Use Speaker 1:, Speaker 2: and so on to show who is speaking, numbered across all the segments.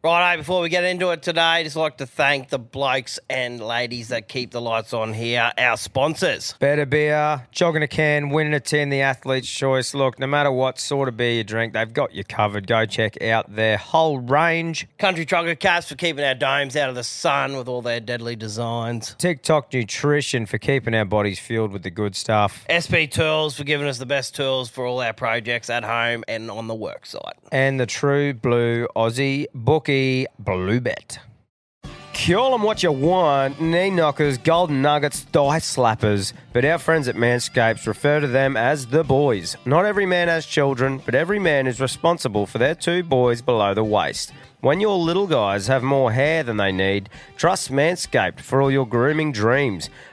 Speaker 1: Righto, before we get into it today, just like to thank the blokes and ladies that keep the lights on here, our sponsors.
Speaker 2: Better beer, jogging a can, winning a tin, the athlete's choice. Look, no matter what sort of beer you drink, they've got you covered. Go check out their whole range.
Speaker 1: Country Trucker Caps for keeping our domes out of the sun with all their deadly designs.
Speaker 2: TikTok Nutrition for keeping our bodies fueled with the good stuff.
Speaker 1: SP Tools for giving us the best tools for all our projects at home and on the work site.
Speaker 2: And the true blue Aussie bookie, Bluebet. Call them what you want, knee knockers, golden nuggets, thigh slappers. But our friends at Manscapes refer to them as the boys. Not every man has children, but every man is responsible for their two boys below the waist. When your little guys have more hair than they need, trust Manscaped for all your grooming dreams.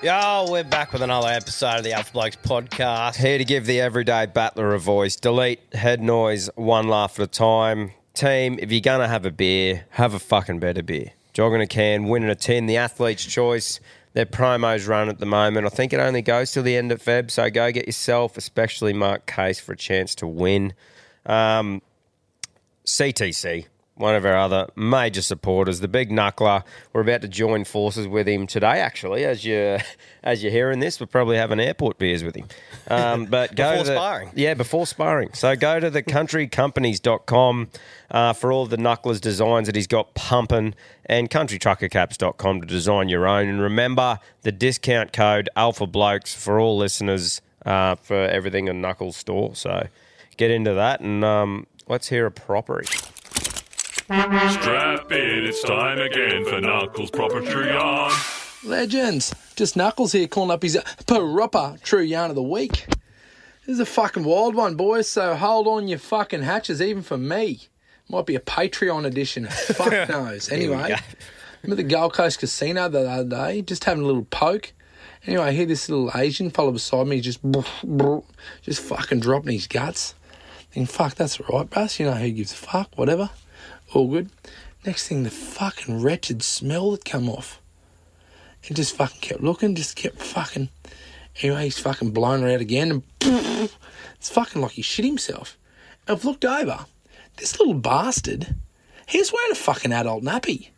Speaker 1: Yo, we're back with another episode of the Alpha Blokes podcast.
Speaker 2: Here to give the everyday battler a voice. Delete head noise one laugh at a time. Team, if you're going to have a beer, have a fucking better beer. Jogging a can, winning a 10, the athlete's choice. Their promos run at the moment. I think it only goes till the end of Feb, so go get yourself, especially Mark Case, for a chance to win. Um, CTC, one of our other major supporters, the big knuckler. We're about to join forces with him today, actually. As you as you're hearing this, we're probably having airport beers with him. Um, but go
Speaker 1: Before
Speaker 2: to the-
Speaker 1: sparring.
Speaker 2: yeah, before sparring. So go to thecountrycompanies.com uh, for all the knucklers designs that he's got pumping and countrytruckercaps.com to design your own. And remember the discount code Alpha Blokes for all listeners uh, for everything in Knuckles store. So get into that and um, let's hear a property.
Speaker 3: Strap in, it's time again for Knuckles Proper Truon.
Speaker 4: Legends. Just Knuckles here calling up his proper true yarn of the week. This is a fucking wild one, boys, so hold on your fucking hatches, even for me. Might be a Patreon edition. Fuck knows. Anyway, I'm at the Gold Coast Casino the other day, just having a little poke. Anyway, I hear this little Asian fellow beside me just just fucking dropping his guts. Think, fuck, that's all right, Russ. You know who gives a fuck, whatever. All good. Next thing, the fucking wretched smell that come off and just fucking kept looking, just kept fucking. Anyway, he's fucking blown her out again, and it's fucking like he shit himself. And I've looked over. This little bastard, he's wearing a fucking adult nappy.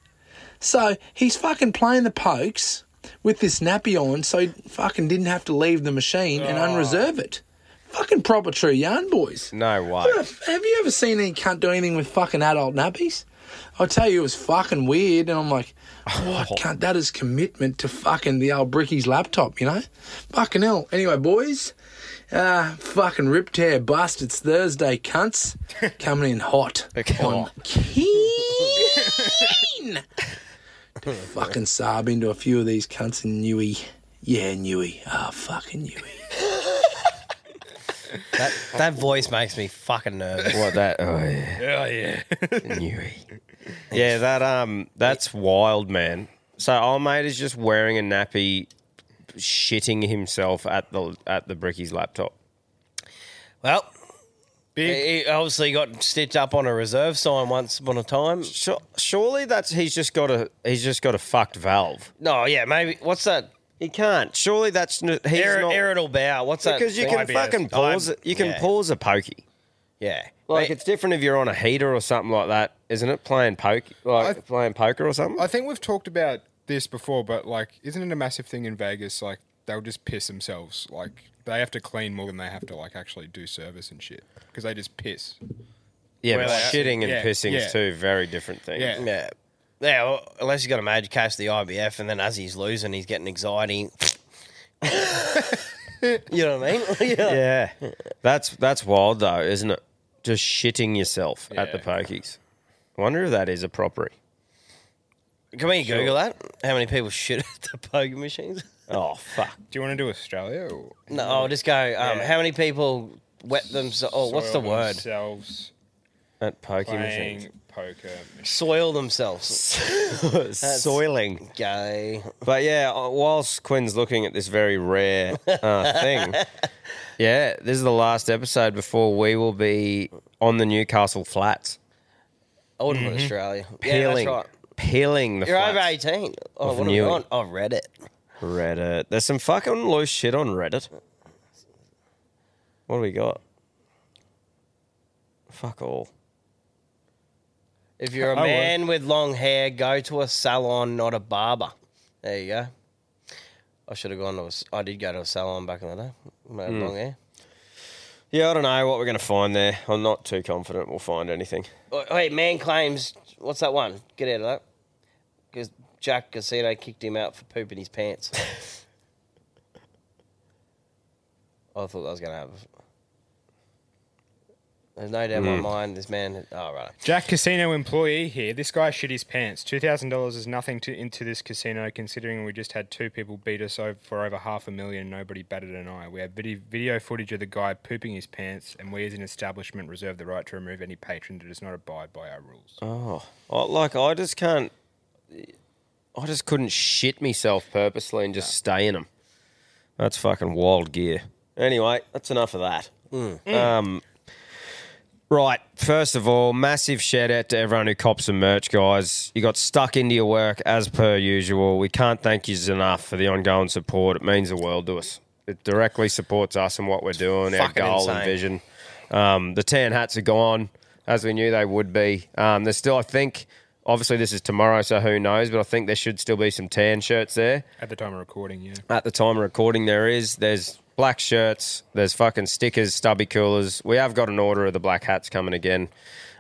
Speaker 4: So he's fucking playing the pokes with this nappy on, so he fucking didn't have to leave the machine and unreserve it. Fucking proper true yarn, boys.
Speaker 2: No way.
Speaker 4: Have have you ever seen any cunt do anything with fucking adult nappies? I tell you, it was fucking weird, and I'm like, what cunt? That is commitment to fucking the old Bricky's laptop, you know? Fucking hell. Anyway, boys, uh, fucking rip tear bust. It's Thursday, cunts. Coming in hot. I'm keen to fucking sob into a few of these cunts in Newey. Yeah, Newey. Ah, fucking Newey.
Speaker 1: That, that voice makes me fucking nervous.
Speaker 2: What that? Oh yeah,
Speaker 1: Oh, yeah.
Speaker 2: yeah. That um, that's wild, man. So our mate is just wearing a nappy, shitting himself at the at the bricky's laptop.
Speaker 1: Well, he he obviously got stitched up on a reserve sign once upon a time.
Speaker 2: Sure, surely that's he's just got a he's just got a fucked valve.
Speaker 1: No, yeah, maybe. What's that?
Speaker 2: He can't. Surely that's n- he's
Speaker 1: Ir-
Speaker 2: not
Speaker 1: irritable bowel. What's that?
Speaker 2: because you can
Speaker 1: IBS?
Speaker 2: fucking pause.
Speaker 1: I'm-
Speaker 2: it. You can
Speaker 1: yeah,
Speaker 2: pause a pokey.
Speaker 1: Yeah.
Speaker 2: Like
Speaker 1: Mate,
Speaker 2: it's different if you're on a heater or something like that, isn't it? Playing poke, like
Speaker 5: I-
Speaker 2: playing poker or something.
Speaker 5: I think we've talked about this before, but like, isn't it a massive thing in Vegas? Like, they'll just piss themselves. Like, they have to clean more than they have to like actually do service and shit because they just piss.
Speaker 2: Yeah,
Speaker 5: Well,
Speaker 2: but
Speaker 5: that's-
Speaker 2: shitting and
Speaker 5: yeah,
Speaker 2: pissing
Speaker 5: yeah.
Speaker 2: is two very different things.
Speaker 5: Yeah.
Speaker 1: Yeah. Yeah, well, unless he's got a major case of the IBF, and then as he's losing, he's getting anxiety. you know what I mean? yeah.
Speaker 2: Yeah. That's that's wild though, isn't it? Just shitting yourself at the
Speaker 5: Yeah.
Speaker 2: pokies. I wonder if that is a property.
Speaker 1: Can we Google that? How many people shit at the poker machines?
Speaker 2: Oh fuck.
Speaker 5: Do you want to do Australia? Or
Speaker 1: No, I'll just go. Um,
Speaker 5: Yeah.
Speaker 1: How many people wet themselves? Oh, what's the
Speaker 5: soil
Speaker 1: word?
Speaker 5: Themselves
Speaker 2: At pokey machines.
Speaker 5: playing poker.
Speaker 1: Soil themselves.
Speaker 2: Soiling.
Speaker 1: Gay.
Speaker 2: But yeah, uh, whilst Quinn's looking at this very rare uh, thing, yeah, this is the last episode before we will be on the Newcastle Flats,
Speaker 1: I wouldn't put Australia. Yeah, that's
Speaker 2: peeling,
Speaker 1: right.
Speaker 2: peeling the
Speaker 1: You're over
Speaker 2: flats.
Speaker 1: 18. Oh, what
Speaker 2: Of
Speaker 1: have
Speaker 2: Newey.
Speaker 1: you on? I've read it.
Speaker 2: Reddit. There's some fucking loose shit on Reddit. What do we got? Fuck all.
Speaker 1: If you're a
Speaker 5: well.
Speaker 1: man with long hair, go to a salon, not a barber. There you go. I should have gone to a s- I did go to a salon back in the day. I had long hair.
Speaker 2: eh? Yeah, I don't know what we're gonna find there. I'm not too confident we'll find anything.
Speaker 1: Oh, hey, man claims. What's that one? Get out of that. Because Jack Casino kicked him out for pooping his pants. I thought I was going to have. There's no doubt in
Speaker 2: Hmm.
Speaker 1: my mind this man. Oh, right.
Speaker 5: Jack Casino employee here. This guy shit his pants. Two thousand dollars is nothing to into this casino, considering we just had two people beat us over for over half a million. and Nobody batted an eye. We have video, video footage of the guy pooping his pants, and we as an establishment reserve the right to remove any patron that does not abide by our rules.
Speaker 2: Oh, I, like I just can't. I just couldn't shit myself purposely and just stay in them. That's fucking wild gear. Anyway, that's enough of that.
Speaker 1: Hmm. Mm.
Speaker 2: Um, right. First of all, massive shout out to everyone who copped some merch, guys. You got stuck into your work as per usual. We can't thank you enough for the ongoing support. It means the world to us. It directly supports us and what we're doing,
Speaker 1: Fucking
Speaker 2: our goal and
Speaker 1: insane.
Speaker 2: vision. Um, the tan hats are gone, as we knew they would be. Um, there's still, I think, obviously this is tomorrow, so who knows? But I think there should still be some tan shirts there
Speaker 5: At the time of recording, yeah.
Speaker 2: at the time of recording there is there's black shirts there's fucking stickers stubby coolers we have got an order of the black hats coming again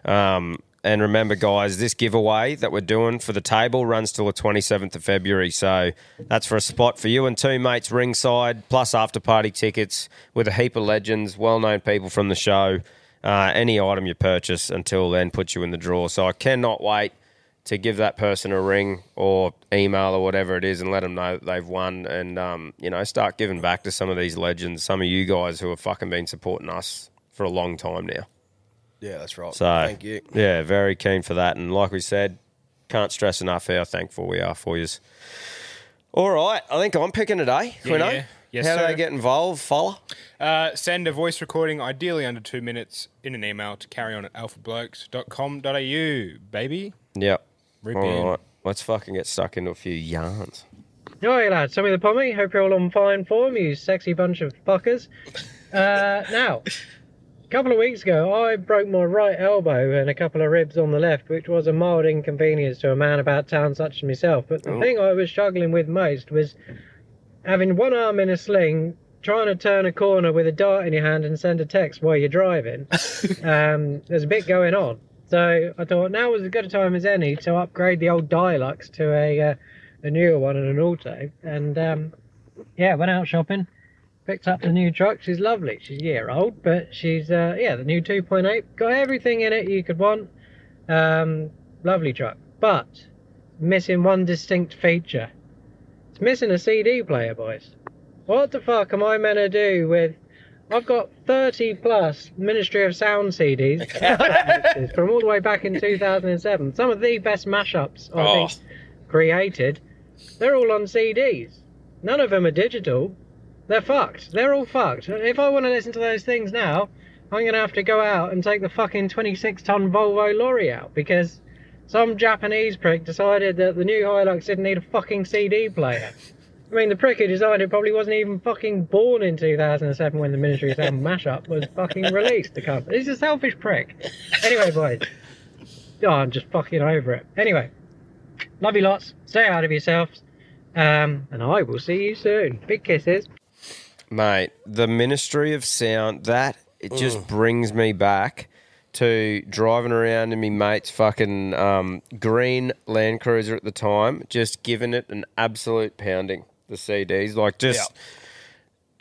Speaker 2: um, and remember guys this giveaway that we're doing for the table runs till the 27th of february so that's for a spot for you and two mates ringside plus after party tickets with a heap of legends well-known people from the show uh, any item you purchase until then puts you in the draw so i cannot wait to give that person a ring or email or whatever it is and let them know that they've won and um, you know start giving back to some of these legends some of you guys who have fucking been supporting us for a long time now
Speaker 1: Yeah, that's right.
Speaker 2: so yeah very keen for that and like we said can't stress enough how thankful we are for you all right i think i'm picking today
Speaker 5: Yeah,
Speaker 2: Quino.
Speaker 5: yeah. Yes,
Speaker 2: how do they
Speaker 5: sir.
Speaker 2: get involved fella
Speaker 5: Uh, send a voice recording, ideally under two minutes, in an email to carry on at alphablokes.com.au, baby.
Speaker 2: yep
Speaker 5: Rip in.
Speaker 2: all right let's fucking get stuck into a few yarns
Speaker 6: Hi lads, Tommy the Pommy. Hope you're all on fine form, you sexy bunch of fuckers. Uh, now, a couple of weeks ago, I broke my right elbow and a couple of ribs on the left, which was a mild inconvenience to a man about town such as myself. But the thing I was struggling with most was having one arm in a sling, trying to turn a corner with a dart in your hand and send a text while you're driving. um, there's a bit going on. So I thought now was as good a time as any to upgrade the old Dilux to a, uh, a newer one and an auto. And um, yeah, went out shopping, picked up the new truck. She's lovely. She's a year old, but she's, uh, yeah, the new 2.8. Got everything in it you could want. Um, lovely truck. But missing one distinct feature. It's missing a CD player, boys. What the fuck am I meant to do with I've got 30 plus Ministry of Sound CDs mixes from all the way back in 2007. Some of the best mashups I
Speaker 2: Oh.
Speaker 6: think created. They're all on CDs. None of them are digital. They're fucked. They're all fucked. If I want to listen to those things now, I'm going to have to go out and take the fucking 26 ton Volvo lorry out because some Japanese prick decided that the new Hilux didn't need a fucking CD player. I mean, the prick who designed it probably wasn't even fucking born in 2007 when the Ministry of Sound mashup was fucking released. The cunt. He's a selfish prick. Anyway, boys. Oh, I'm just fucking over it. Anyway, Love you lots. Stay out of yourselves. Um, and I will see you soon. Big kisses.
Speaker 2: Mate, the Ministry of Sound, that it just brings me back to driving around in me mate's fucking um, green Land Cruiser at the time, just giving it an absolute pounding. The CDs, like just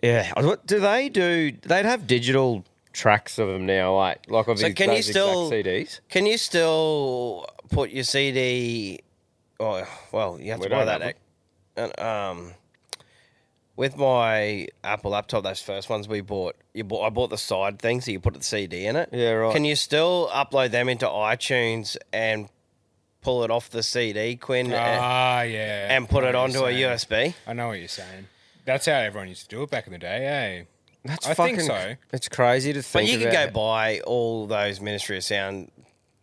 Speaker 2: yeah. I- What do they do? They'd have digital tracks of them now, like like of
Speaker 1: So
Speaker 2: his-
Speaker 1: can you
Speaker 2: those exact
Speaker 1: still-
Speaker 2: CDs?
Speaker 1: Can you still put your CD? Oh, well, you have
Speaker 2: We
Speaker 1: to buy
Speaker 2: don't
Speaker 1: that.
Speaker 2: have
Speaker 1: ac- And, um, with my Apple laptop, those first ones we bought, you bought. I bought the side thing, so you put the CD in it.
Speaker 2: Yeah, right.
Speaker 1: Can you still upload them into iTunes and pull it off the CD, Quinn,
Speaker 2: uh,
Speaker 1: and,
Speaker 5: Ah, yeah.
Speaker 1: and put
Speaker 5: I
Speaker 1: it
Speaker 5: know what
Speaker 1: onto a
Speaker 5: you're saying.
Speaker 1: USB?
Speaker 5: I know what you're saying. That's how everyone used to do it back in the day, eh?
Speaker 2: That's
Speaker 5: I
Speaker 2: fucking,
Speaker 5: think so.
Speaker 2: It's crazy to
Speaker 1: But
Speaker 2: think.
Speaker 1: you can
Speaker 2: about.
Speaker 1: go buy all those Ministry of Sound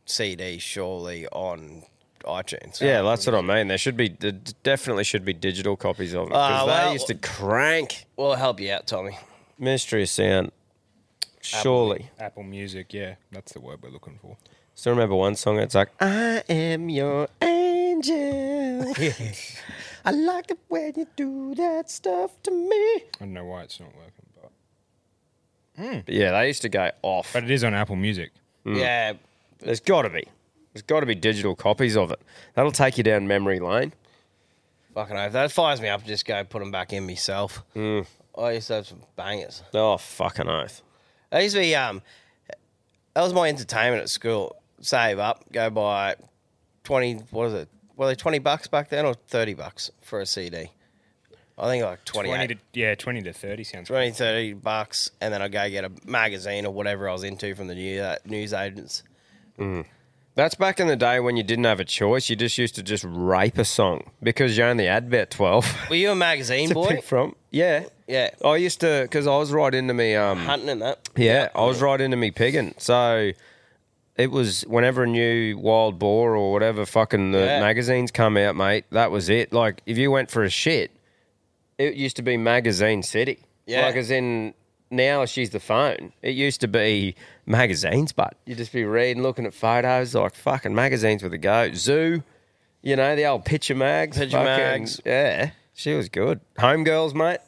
Speaker 1: CDs surely on iTunes.
Speaker 2: Yeah, that's what I mean. There should be there definitely should be digital copies of it because
Speaker 1: Ah, well-
Speaker 2: they used to crank
Speaker 1: We'll help you out, Tommy.
Speaker 2: Ministry of Sound. Surely,
Speaker 5: Apple Music, yeah. That's the word we're looking for.
Speaker 2: still remember one song. It's like I am your angel. I like it when you do that stuff to me.
Speaker 5: I don't know why it's not working, but
Speaker 2: But yeah, they used to go off. Mm.
Speaker 5: but it is on Apple Music.
Speaker 1: Yeah,
Speaker 2: There's got to be, there's got to be digital copies of it. That'll take you down memory lane.
Speaker 1: Fucking hell, if that fires me up, just go put them back in myself. I used to have some bangers.
Speaker 2: Mm. Oh fucking oath!
Speaker 1: That used to be um, that was my entertainment at school. Save up, go buy twenty. What is it? Were they twenty bucks back then or thirty bucks for a CD? I think like 28,
Speaker 5: 20 to,
Speaker 1: 20,
Speaker 5: yeah, 20 to 30 sounds
Speaker 1: 30 bucks, and then I go get a magazine or whatever I was into from the new uh, news agents.
Speaker 2: Mm. That's back in the day when you didn't have a choice. You just used to just rape a song because you only had about twelve.
Speaker 1: Were you a magazine
Speaker 2: to
Speaker 1: boy?
Speaker 2: pick from. Yeah.
Speaker 1: Yeah,
Speaker 2: I used to because I was right into me. Um,
Speaker 1: hunting and that.
Speaker 2: yeah, I was right into me pigging. So it was whenever a new wild boar or whatever fucking the
Speaker 1: Yeah.
Speaker 2: magazines come out, mate. That was it. Like if you went for a shit, it used to be magazine city.
Speaker 1: Yeah.
Speaker 2: Like as in now she's the phone. It used to be magazines, but you'd just be reading, looking at photos, like fucking magazines with a go. Zoo, you know, the old picture mags.
Speaker 1: Picture
Speaker 2: fucking-
Speaker 1: mags.
Speaker 2: Yeah. She was good. Homegirls, mate.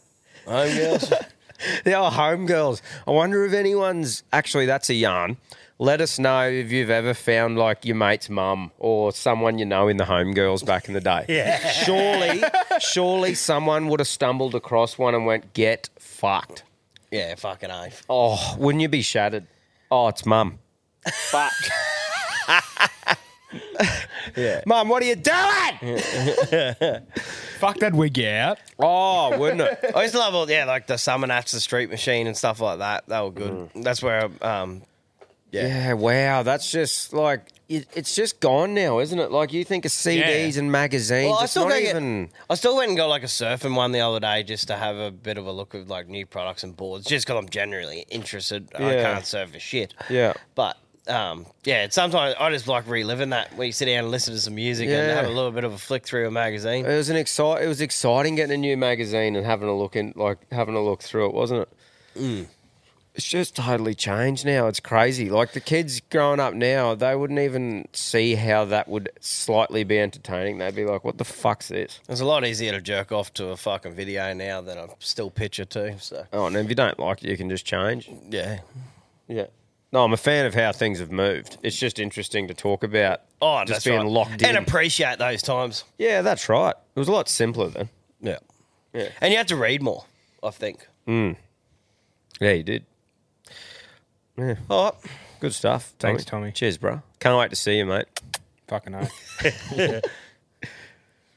Speaker 1: Homegirls.
Speaker 2: They are homegirls. I wonder if anyone's actually that's a yarn. Let us know if you've ever found like your mate's mum or someone you know in the homegirls back in the day. Yeah. Surely, surely someone would have stumbled across one and went, get fucked.
Speaker 1: yeah, fucking oath.
Speaker 2: Oh, wouldn't you be shattered? Oh, it's mum. Fuck. yeah. Mum, what are you doing?
Speaker 5: Fuck that wig out.
Speaker 2: Oh, wouldn't it?
Speaker 1: I used to love all, yeah, like the summon apps, the street machine, and stuff like that. They were good. That's where, um,
Speaker 2: Yeah, wow. That's just like it, it's just gone now, isn't it? Like you think of CDs
Speaker 5: Yeah.
Speaker 2: and magazines.
Speaker 1: well, I
Speaker 2: it's
Speaker 1: still
Speaker 2: not
Speaker 1: go get-
Speaker 2: even.
Speaker 1: I still went and got like a surfing one the other day just to have a bit of a look at like new products and boards, just because I'm generally interested. I
Speaker 2: Yeah.
Speaker 1: can't surf for shit.
Speaker 2: Yeah.
Speaker 1: but um, yeah, it's sometimes I just like reliving that when you sit down and listen to some music and
Speaker 2: Yeah.
Speaker 1: have a little bit of a flick through a magazine.
Speaker 2: It was an excite. It was exciting getting a new magazine and having a look in, like having a look through it, wasn't it?
Speaker 1: Mm.
Speaker 2: It's just totally changed now. It's crazy. Like the kids growing up now, they wouldn't even see how that would slightly be entertaining. They'd be like, "What the fuck's this?"
Speaker 1: It's a lot easier to jerk off to a fucking video now than a still picture too. So
Speaker 2: Oh, and if you don't like it, you can just change.
Speaker 1: yeah,
Speaker 2: Yeah. No, I'm a fan of how things have moved. It's just interesting to talk about.
Speaker 1: oh,
Speaker 2: just
Speaker 1: that's
Speaker 2: being
Speaker 1: right.
Speaker 2: locked in.
Speaker 1: and appreciate those times.
Speaker 2: yeah, that's right. It was a lot simpler then.
Speaker 1: Yeah. And you had to read more, I think.
Speaker 2: Hmm. Yeah, you did.
Speaker 1: All
Speaker 2: Oh,
Speaker 1: right.
Speaker 2: Good stuff.
Speaker 5: Thanks, Tommy.
Speaker 2: Cheers, bro. Can't wait to see you, mate.
Speaker 5: Fucking hell.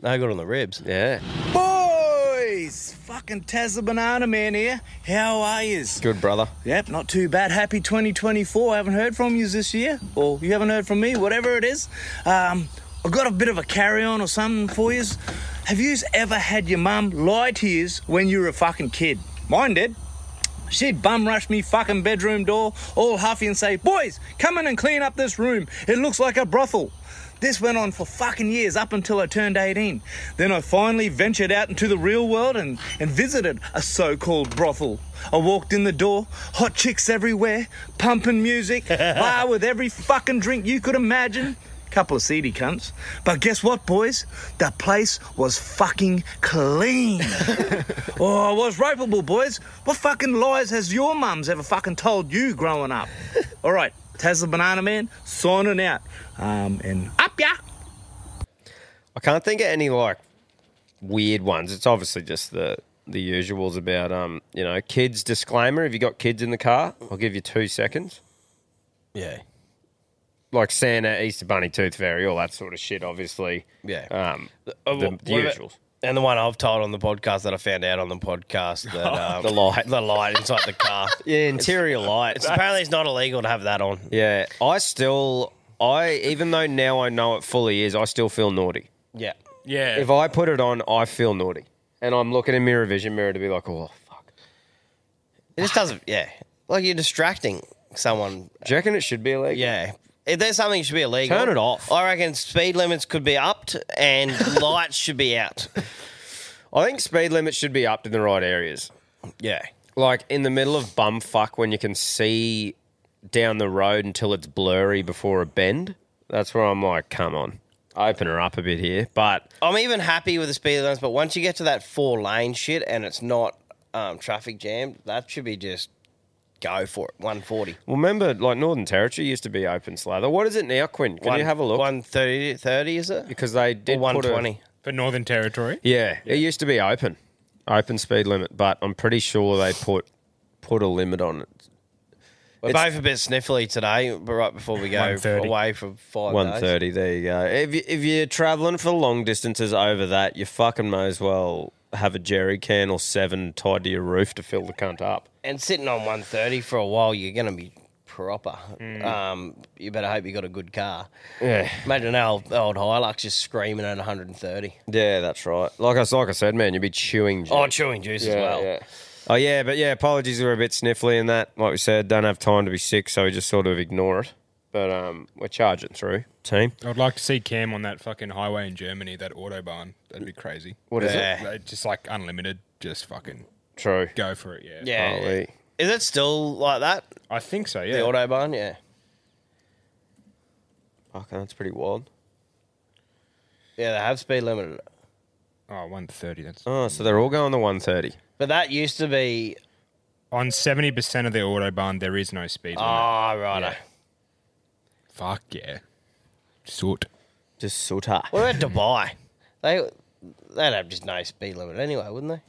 Speaker 1: No good on the ribs.
Speaker 2: Yeah.
Speaker 7: Boys! Fucking Tazza Banana Man here. How are yous?
Speaker 2: Good brother.
Speaker 7: Yep, not too bad. Happy 2024. I haven't heard from yous this year, or you haven't heard from me, whatever it is. Um, I've got a bit of a carry on or something for yous. Have yous ever had your mum lie to yous when you were a fucking kid? Mine did. She'd bum rush me fucking bedroom door, all huffy, and say, Boys, come in and clean up this room. It looks like a brothel. This went on for fucking years up until I turned 18. Then I finally ventured out into the real world and, and visited a so called brothel. I walked in the door, hot chicks everywhere, pumping music, bar with every fucking drink you could imagine. Couple of seedy cunts. But guess what, boys? The place was fucking clean. oh, I was ropeable, boys. What fucking lies has your mums ever fucking told you growing up? All right, Taz the Banana Man, signing out. Um, and up ya!
Speaker 2: I can't think of any like weird ones. It's obviously just the the usuals about um you know kids disclaimer. If you got kids in the car, I'll give you two seconds.
Speaker 1: Yeah.
Speaker 2: Like Santa, Easter Bunny, Tooth Fairy, all that sort of shit. Obviously,
Speaker 1: Yeah.
Speaker 2: Um, the,
Speaker 1: Uh,
Speaker 2: the,
Speaker 1: what- what about-
Speaker 2: usuals.
Speaker 1: And the one I've told on the podcast that I found out on the podcast that um,
Speaker 2: The light.
Speaker 1: the light inside the car.
Speaker 2: Yeah, interior light.
Speaker 1: It's, apparently, it's not illegal to have that on.
Speaker 2: Yeah, I still, I even though now I know it fully is, I still feel naughty.
Speaker 1: Yeah.
Speaker 5: Yeah.
Speaker 2: If I put it on, I feel naughty, and I'm looking in mirror vision mirror to be like, oh fuck.
Speaker 1: It just doesn't. Yeah. Like you're distracting someone.
Speaker 2: Do you reckon it should be illegal?
Speaker 1: Yeah. If there's something that should be illegal,
Speaker 2: Turn it off.
Speaker 1: I reckon speed limits could be upped and lights should be out.
Speaker 2: I think speed limits should be up in the right areas.
Speaker 1: Yeah.
Speaker 2: like in the middle of bumfuck when you can see down the road until it's blurry before a bend. That's where I'm like, come on, open her up a bit here. But
Speaker 1: I'm even happy with the speed limits, but once you get to that four lane shit and it's not um, traffic jammed, that should be just go for it. 140.
Speaker 2: remember, like Northern Territory used to be open slather. What is it now, Quinn? Can you have a look?
Speaker 1: 130, 30, is it?
Speaker 2: because they did
Speaker 1: Or
Speaker 2: put a-
Speaker 1: 120.
Speaker 5: For Northern Territory.
Speaker 2: yeah, it used to be open, open speed limit. But I'm pretty sure they put put a limit on it.
Speaker 1: We're
Speaker 2: It's-
Speaker 1: both a bit sniffly today, but right before we go
Speaker 5: 130.
Speaker 1: away for five
Speaker 2: One
Speaker 1: days.
Speaker 2: thirty. There you go. If you, if you're traveling for long distances over that, you fucking may as well have a jerry can or seven tied to your roof to fill the cunt up.
Speaker 1: And sitting on 130 for a while, you're going to be proper. Um, you better hope you got a good car.
Speaker 2: Hmm. Yeah,
Speaker 1: Imagine old, old Hilux just screaming at 130.
Speaker 2: yeah, that's right. Like I like I said, man, you'd be chewing.
Speaker 1: Oh,
Speaker 2: Jack.
Speaker 1: chewing juice
Speaker 2: yeah,
Speaker 1: as well.
Speaker 2: yeah. Oh yeah, but yeah, apologies we were a bit sniffly in that. Like we said, don't have time to be sick, so we just sort of ignore it. But um, we're charging through, team.
Speaker 5: I would like to see Cam on that fucking highway in Germany, that autobahn. That'd be crazy.
Speaker 2: What is
Speaker 1: Yeah.
Speaker 2: it?
Speaker 5: Like, Just like unlimited, just fucking
Speaker 2: True.
Speaker 5: go for it. Yeah.
Speaker 1: Yeah.
Speaker 2: Holy.
Speaker 1: Is it still like that?
Speaker 5: I think so. Yeah.
Speaker 1: The Autobahn? Yeah.
Speaker 2: Fucking, that's pretty wild.
Speaker 1: Yeah, they have speed limited. it.
Speaker 5: oh, 130. That's
Speaker 2: Oh, so they're all going the one thirty.
Speaker 1: But that used to be.
Speaker 5: on 70% of the autobahn. There is no speed limit.
Speaker 1: Oh,
Speaker 2: Ah,
Speaker 1: righto.
Speaker 5: Yeah. Fuck yeah. Soot.
Speaker 2: Just sutter.
Speaker 1: What about Dubai? They, they'd have just no speed limit anyway, wouldn't they?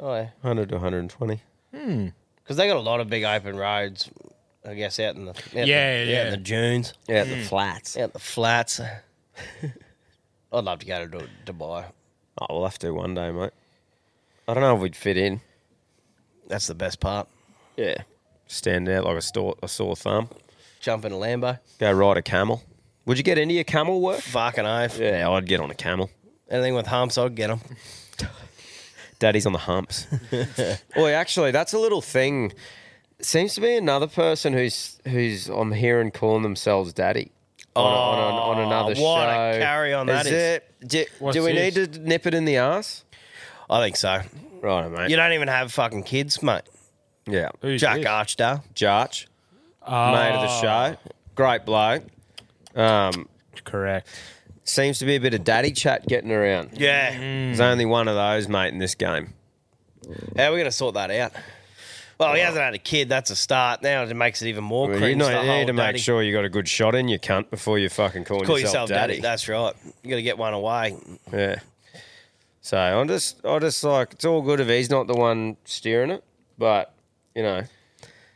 Speaker 1: Oh, yeah.
Speaker 2: Hundred to one hundred and twenty.
Speaker 1: Because they got a lot of big open roads, I guess, out in the out in the-
Speaker 5: Yeah,
Speaker 1: out
Speaker 5: yeah. Hmm.
Speaker 1: in the dunes,
Speaker 2: Yeah, the flats.
Speaker 1: out in the flats. I'd love to go to Du- Dubai.
Speaker 2: Oh, we'll have to one day, mate. I don't know if we'd fit in.
Speaker 1: That's the best part.
Speaker 2: Yeah. Stand out like a, store, a sore thumb.
Speaker 1: Jump in a Lambo,
Speaker 2: Go ride a camel. Would you get into your camel work?
Speaker 1: fucking oath.
Speaker 2: Yeah, I'd get on a camel.
Speaker 1: Anything with humps, I'd get them.
Speaker 2: Daddy's on the humps. Oi, actually, that's a little thing. Seems to be another person who's who's I'm hearing calling themselves daddy. On, a- on, a- on another show.
Speaker 1: Oh, Ah, what a carry-on that is.
Speaker 2: it? Do,
Speaker 5: What's
Speaker 2: do we
Speaker 5: this?
Speaker 2: need to nip it in the ass?
Speaker 1: I think so.
Speaker 2: Right, mate.
Speaker 1: You don't even have fucking kids, mate.
Speaker 2: yeah.
Speaker 5: Who's
Speaker 1: Jack
Speaker 5: this? Oh.
Speaker 1: Archdale.
Speaker 2: Jarch, mate
Speaker 1: Ah.
Speaker 2: of the show. Great bloke. Um,
Speaker 5: Correct.
Speaker 2: seems to be a bit of daddy chat getting around. Mm.
Speaker 1: Yeah.
Speaker 2: There's only one of those, mate, in this game.
Speaker 1: How are we going to sort that out? Well, he hasn't had a kid. That's a start. Now it makes it even more
Speaker 2: Well,
Speaker 1: cringe.
Speaker 2: you, know,
Speaker 1: the
Speaker 2: you
Speaker 1: whole
Speaker 2: need to
Speaker 1: daddy-
Speaker 2: make sure you got a good shot in you, cunt, before you fucking call,
Speaker 1: Call
Speaker 2: yourself, daddy.
Speaker 1: That's right. You got to get one away.
Speaker 2: Yeah. So I'm just, I just like it's all good if he's not the one steering it, but you know,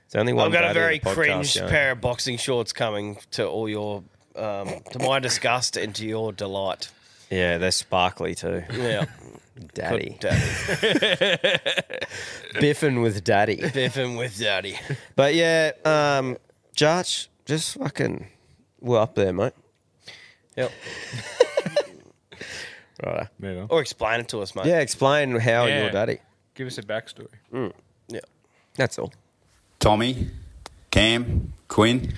Speaker 2: it's only one.
Speaker 1: I've got a
Speaker 2: daddy
Speaker 1: very
Speaker 2: in the podcast
Speaker 1: cringe
Speaker 2: going.
Speaker 1: pair of boxing shorts coming to all your, um, to my disgust and to your delight.
Speaker 2: Yeah, they're sparkly too.
Speaker 1: Yeah,
Speaker 2: Daddy,
Speaker 1: daddy,
Speaker 2: biffing with daddy.
Speaker 1: biffing with daddy.
Speaker 2: But yeah, um, Jarch, just fucking, we're up there, mate.
Speaker 1: Yep.
Speaker 2: Right.
Speaker 5: Move on.
Speaker 1: Or explain it to us, mate.
Speaker 2: Yeah, explain how
Speaker 5: Yeah.
Speaker 2: you're daddy. Mm.
Speaker 5: Give us a backstory.
Speaker 1: yeah.
Speaker 2: That's all.
Speaker 8: Tommy, Cam, Quinn.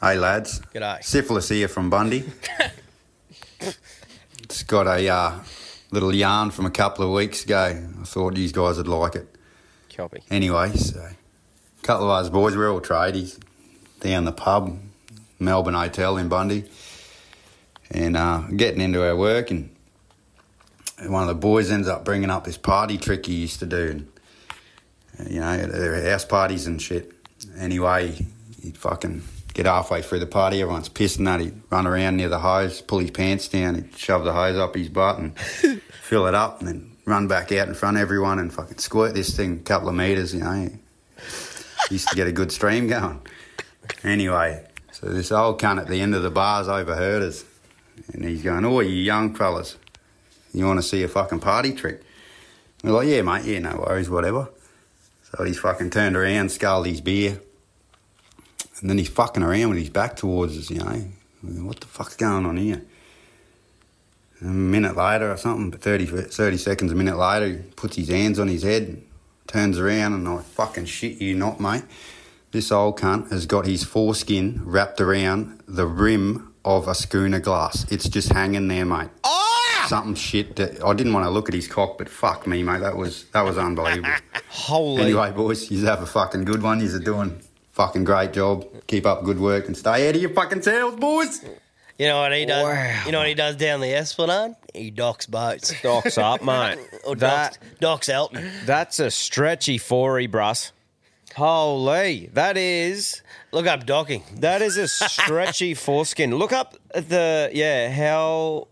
Speaker 8: Hey lads.
Speaker 1: G'day.
Speaker 8: Syphilis here from Bundy. it's got a uh, little yarn from a couple of weeks ago. I thought these guys would like it.
Speaker 2: Copy.
Speaker 8: Anyway, so a couple of us boys, we're all tradies. down the pub, Melbourne Hotel in Bundy, and uh, getting into our work. And one of the boys ends up bringing up this party trick he used to do. And, uh, you know, at their house parties and shit. Anyway, he'd fucking get halfway through the party, everyone's pissing that he'd run around near the hose, pull his pants down, he'd shove the hose up his butt and fill it up and then run back out in front of everyone and fucking squirt this thing a couple of meters, you know. Used to get a good stream going. Anyway, so this old cunt at the end of the bar's overheard us and he's going, Oh, you young fellas, you want to see a fucking party trick? We're like, Yeah, mate, yeah, no worries, whatever. So he's fucking turned around, sculled his beer, and then he's fucking around with his back towards us, you know. What the fuck's going on here? And a minute later or something, but 30, 30 seconds, a minute later, he puts his hands on his head, turns around, and I fucking shit you not, mate. This old cunt has got his foreskin wrapped around the rim of a schooner glass. It's just hanging there, mate.
Speaker 2: Oh!
Speaker 8: Something shit that I didn't want to look at his cock, but fuck me, mate. That was that was unbelievable.
Speaker 2: Holy.
Speaker 8: Anyway, boys, you have a fucking good one. You're doing fucking great job. Keep up good work and stay out of your fucking tails, boys.
Speaker 1: You know what he does?
Speaker 2: Wow.
Speaker 1: You know what he does down the Esplanade? He docks boats.
Speaker 2: Docks up, mate.
Speaker 1: Or docks,
Speaker 2: that,
Speaker 1: docks Elton.
Speaker 2: that's a stretchy forey, bruss. Holy, that is
Speaker 1: Look up docking.
Speaker 2: that is a stretchy foreskin. Look up at the yeah how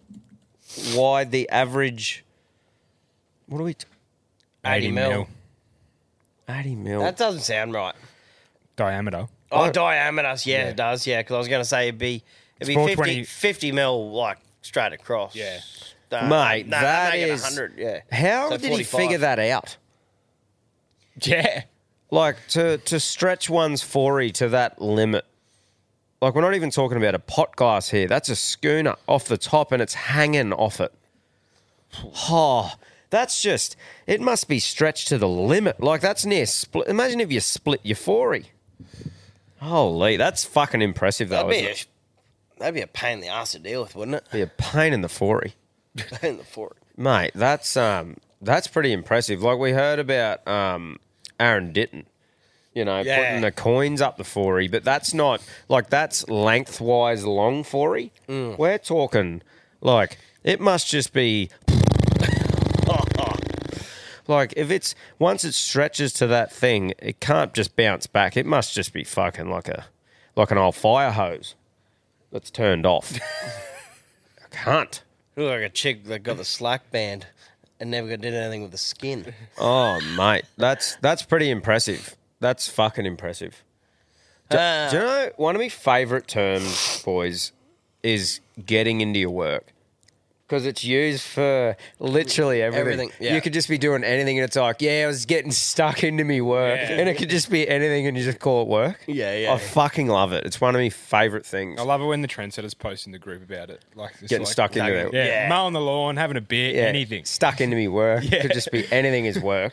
Speaker 2: wide the average. What are we? T-
Speaker 1: 80 mil.
Speaker 2: Eighty mil.
Speaker 1: That doesn't sound right.
Speaker 5: diameter.
Speaker 1: Oh, diameter. Yeah, it does. Yeah, because I was going to say it'd be it'd be 50,
Speaker 5: 420.
Speaker 1: 50 mil like straight across.
Speaker 5: Yeah.
Speaker 1: No,
Speaker 2: Mate,
Speaker 1: Uh, no,
Speaker 2: that
Speaker 1: make it
Speaker 2: is-
Speaker 1: 100, yeah.
Speaker 2: how
Speaker 1: So
Speaker 2: did he
Speaker 1: 45.
Speaker 2: figure that out?
Speaker 5: Yeah.
Speaker 2: Like to to stretch one's forey to that limit. Like we're not even talking about a pot glass here. That's a schooner off the top and it's hanging off it. Oh, that's just it must be stretched to the limit. Like that's near split. Imagine if you split your forey. Holy, that's fucking impressive though.
Speaker 1: That'd be,
Speaker 2: isn't
Speaker 1: a,
Speaker 2: it?
Speaker 1: that'd be a pain in the ass to deal with, wouldn't it?
Speaker 2: be a pain in the forey.
Speaker 1: Pain in the fork.
Speaker 2: Mate, that's um that's pretty impressive. Like we heard about um Aaron Ditton, you know,
Speaker 1: Yeah.
Speaker 2: putting the coins up the forey, but that's not like that's lengthwise long forey. We're talking like it must just be like if it's once it stretches to that thing, it can't just bounce back. It must just be fucking like a like an old fire hose that's turned off. I can't.
Speaker 1: Look like a chick that got the slack band and never got- did anything with the skin.
Speaker 2: Oh mate, that's that's pretty impressive. That's fucking impressive. Do,
Speaker 1: Ah.
Speaker 2: do you know one of my favourite terms, boys, is getting into your work because it's used for literally everything.
Speaker 1: Everything, yeah.
Speaker 2: You could just be doing anything, and it's like, yeah, I was getting stuck into me work, and it could just be anything, and you just call it work.
Speaker 1: Yeah, yeah.
Speaker 2: I fucking love it. It's one of my favourite things.
Speaker 5: I love it when the trendsetters post in the group about it. Like it's
Speaker 2: Getting
Speaker 5: like-
Speaker 2: stuck into it.
Speaker 5: Yeah,
Speaker 1: Yeah.
Speaker 5: mowing the lawn, having a beer,
Speaker 2: Yeah,
Speaker 5: anything.
Speaker 2: stuck into me work could just be anything is work.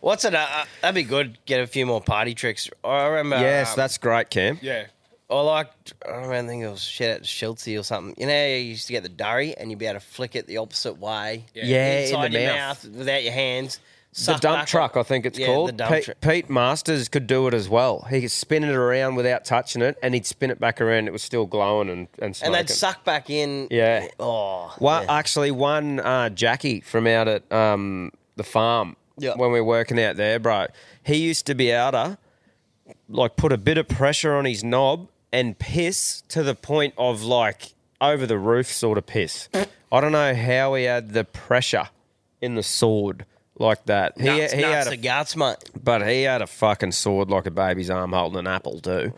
Speaker 1: What's it? Uh, uh, that'd be good. Get a few more party tricks. I remember.
Speaker 2: yes,
Speaker 1: um,
Speaker 2: that's great, Cam.
Speaker 5: Yeah,
Speaker 1: I liked, I don't know, I think it was shit at Schiltzy or something. You know, you used to get the durry and you'd be able to flick it the opposite way.
Speaker 2: Yeah, in
Speaker 1: inside
Speaker 2: the
Speaker 1: your
Speaker 2: mouth.
Speaker 1: mouth. without your hands.
Speaker 2: the
Speaker 1: Suck
Speaker 2: dump
Speaker 1: back
Speaker 2: truck,
Speaker 1: up.
Speaker 2: I think it's
Speaker 1: Yeah,
Speaker 2: called.
Speaker 1: The dump
Speaker 2: Pete,
Speaker 1: truck.
Speaker 2: Pete Masters could do it as well. He could spin it around without touching it, and he'd spin it back around. It was still glowing and and
Speaker 1: And
Speaker 2: smoking.
Speaker 1: they'd suck back in.
Speaker 2: Yeah.
Speaker 1: Oh.
Speaker 2: Well,
Speaker 1: yeah.
Speaker 2: actually, one uh, Jackie from out at um, the farm
Speaker 1: Yeah.
Speaker 2: when we were working out there, bro. He used to be outer, like put a bit of pressure on his knob and piss to the point of like over the roof sort of piss. I don't know how he had the pressure in the sword like that. He,
Speaker 1: nuts,
Speaker 2: he
Speaker 1: nuts
Speaker 2: had a
Speaker 1: to guts, mate.
Speaker 2: But he had a fucking sword like a baby's arm holding an apple too.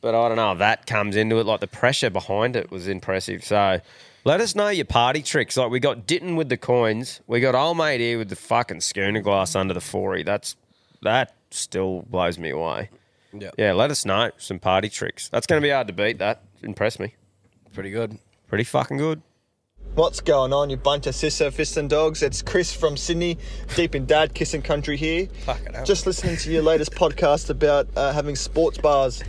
Speaker 2: But I don't know, that comes into it. Like the pressure behind it was impressive. So let us know your party tricks. Like we got Ditton with the coins. We got old mate here with the fucking schooner glass under the forey. That's that still blows me away.
Speaker 1: Yep.
Speaker 2: Yeah, let us know some party tricks. That's gonna be hard to beat that. Impressed me.
Speaker 1: Pretty good.
Speaker 2: Pretty fucking good.
Speaker 9: What's going on, you bunch of sister fists and dogs? It's Chris from Sydney, deep in dad kissing country here. Just listening to your latest podcast about uh, having sports bars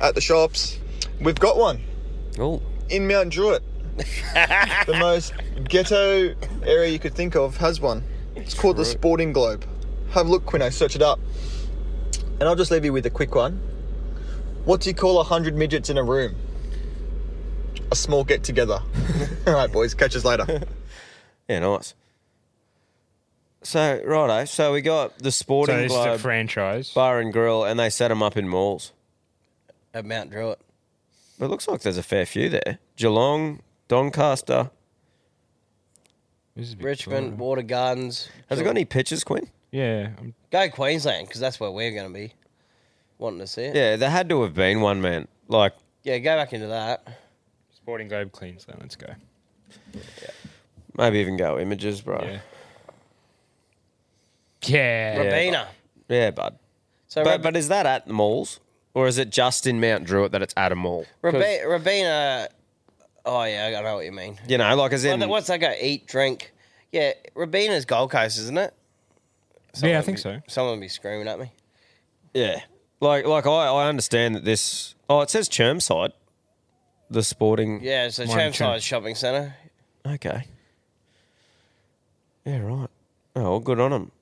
Speaker 9: at the shops. We've got one
Speaker 2: Oh.
Speaker 9: in Mount Druitt. the most ghetto area you could think of has one. It's called the Sporting Globe. Have a look, Quino, search it up. And I'll just leave you with a quick one. What do you call a hundred midgets in a room? A small get together. All right, boys. Catch us later.
Speaker 2: Yeah, nice. So righto, so we got the
Speaker 5: So
Speaker 2: Sporting
Speaker 5: this is a
Speaker 2: Globe
Speaker 5: franchise.
Speaker 2: Bar and Grill, and they set them up in malls.
Speaker 1: At Mount Druitt.
Speaker 2: But it looks like there's a fair few there: Geelong, Doncaster.
Speaker 5: This is Victoria.
Speaker 1: Richmond, Water Gardens.
Speaker 2: Has it got any pictures, Quinn?
Speaker 5: Yeah, I'm-
Speaker 1: Go Queensland, because that's where we're going to be wanting to see it.
Speaker 2: Yeah, there had to have been one man. Like,
Speaker 1: Yeah, go back into that.
Speaker 5: Sporting Globe Queensland. Let's go.
Speaker 2: maybe even go images, bro.
Speaker 5: Yeah.
Speaker 2: Yeah,
Speaker 5: Yeah.
Speaker 1: Rabina.
Speaker 2: bud.
Speaker 1: So
Speaker 2: But,
Speaker 1: Rab-
Speaker 2: but is that at the malls, or is it just in Mount Druitt that it's at a mall? 'Cause,
Speaker 1: Rabi- Rabina. uh, Oh, yeah, I know what you mean.
Speaker 2: You know, like as in
Speaker 1: What- What's that go? Eat, drink. Yeah, Rabina's Gold Coast, isn't it?
Speaker 5: Yeah, I
Speaker 1: Someone
Speaker 5: think
Speaker 1: be-
Speaker 5: so.
Speaker 1: Someone will be screaming at me.
Speaker 2: yeah, like like I, I understand that this. Oh, it says Chermside, the sporting.
Speaker 1: Yeah, so
Speaker 5: Mine too.
Speaker 1: Chermside Shopping Centre.
Speaker 2: Okay. Yeah, right. Oh, well, good on them.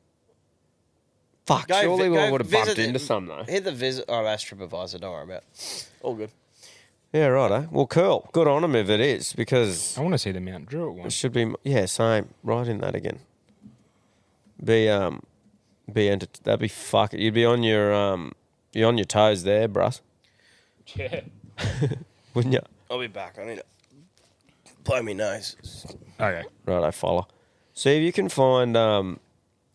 Speaker 2: Fuck,
Speaker 1: Go
Speaker 2: surely
Speaker 1: vi-
Speaker 2: I
Speaker 1: go
Speaker 2: would have bumped
Speaker 1: visit it.
Speaker 2: into some, though.
Speaker 1: Hit the visit. Oh, that's TripAdvisor. Don't worry about it. All good.
Speaker 2: Yeah, right, eh? Well, cool. Good on them if it is, because
Speaker 5: I want to see the Mount Druitt one.
Speaker 2: it should be, yeah, same. Right in that again. Be, um, be, enter- that'd be fuck You'd be on your, um, you're on your toes there, bruss.
Speaker 5: Yeah.
Speaker 2: Wouldn't you?
Speaker 1: I'll be back. I need to blow me nose.
Speaker 5: Okay.
Speaker 2: Right, I follow. See if you can find, um,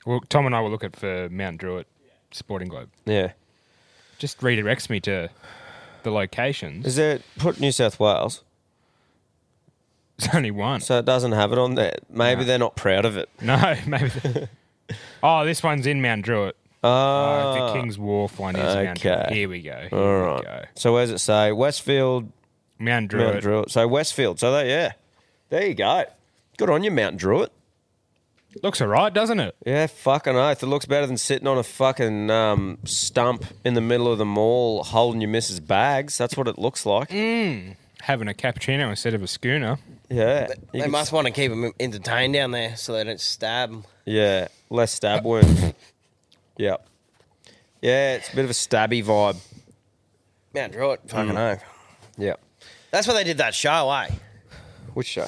Speaker 5: Well, Tom and I will look at for Mount Druitt Sporting Globe.
Speaker 2: yeah.
Speaker 5: Just redirects me to the locations.
Speaker 2: Is it, put New South Wales,
Speaker 5: There's only one.
Speaker 2: so it doesn't have it on there. Maybe they're not proud of it.
Speaker 5: No, maybe. the- oh, this one's in Mount Druitt. Oh, the King's Wharf one is Mount Druitt.
Speaker 2: Ah. okay.
Speaker 5: Here we go. Here
Speaker 2: All
Speaker 5: we
Speaker 2: right.
Speaker 5: go.
Speaker 2: So where's it say? Westfield,
Speaker 5: Mount Druitt.
Speaker 2: Mount Druitt. So Westfield. So there, yeah. There you go. Good on you, Mount Druitt.
Speaker 5: Looks all right, doesn't it?
Speaker 2: Yeah, fucking oath. It looks better than sitting on a fucking um, stump in the middle of the mall holding your missus' bags. That's what it looks like.
Speaker 5: Mmm. Having a cappuccino instead of a schooner.
Speaker 2: Yeah. You
Speaker 1: They
Speaker 2: can-
Speaker 1: must want to keep them entertained down there so they don't stab them.
Speaker 2: Yeah. Less stab wound. yep. Yeah, it's a bit of a stabby vibe.
Speaker 1: Mount Druitt, fucking mm.
Speaker 2: Yep.
Speaker 1: That's where they did that show, eh?
Speaker 2: Which show?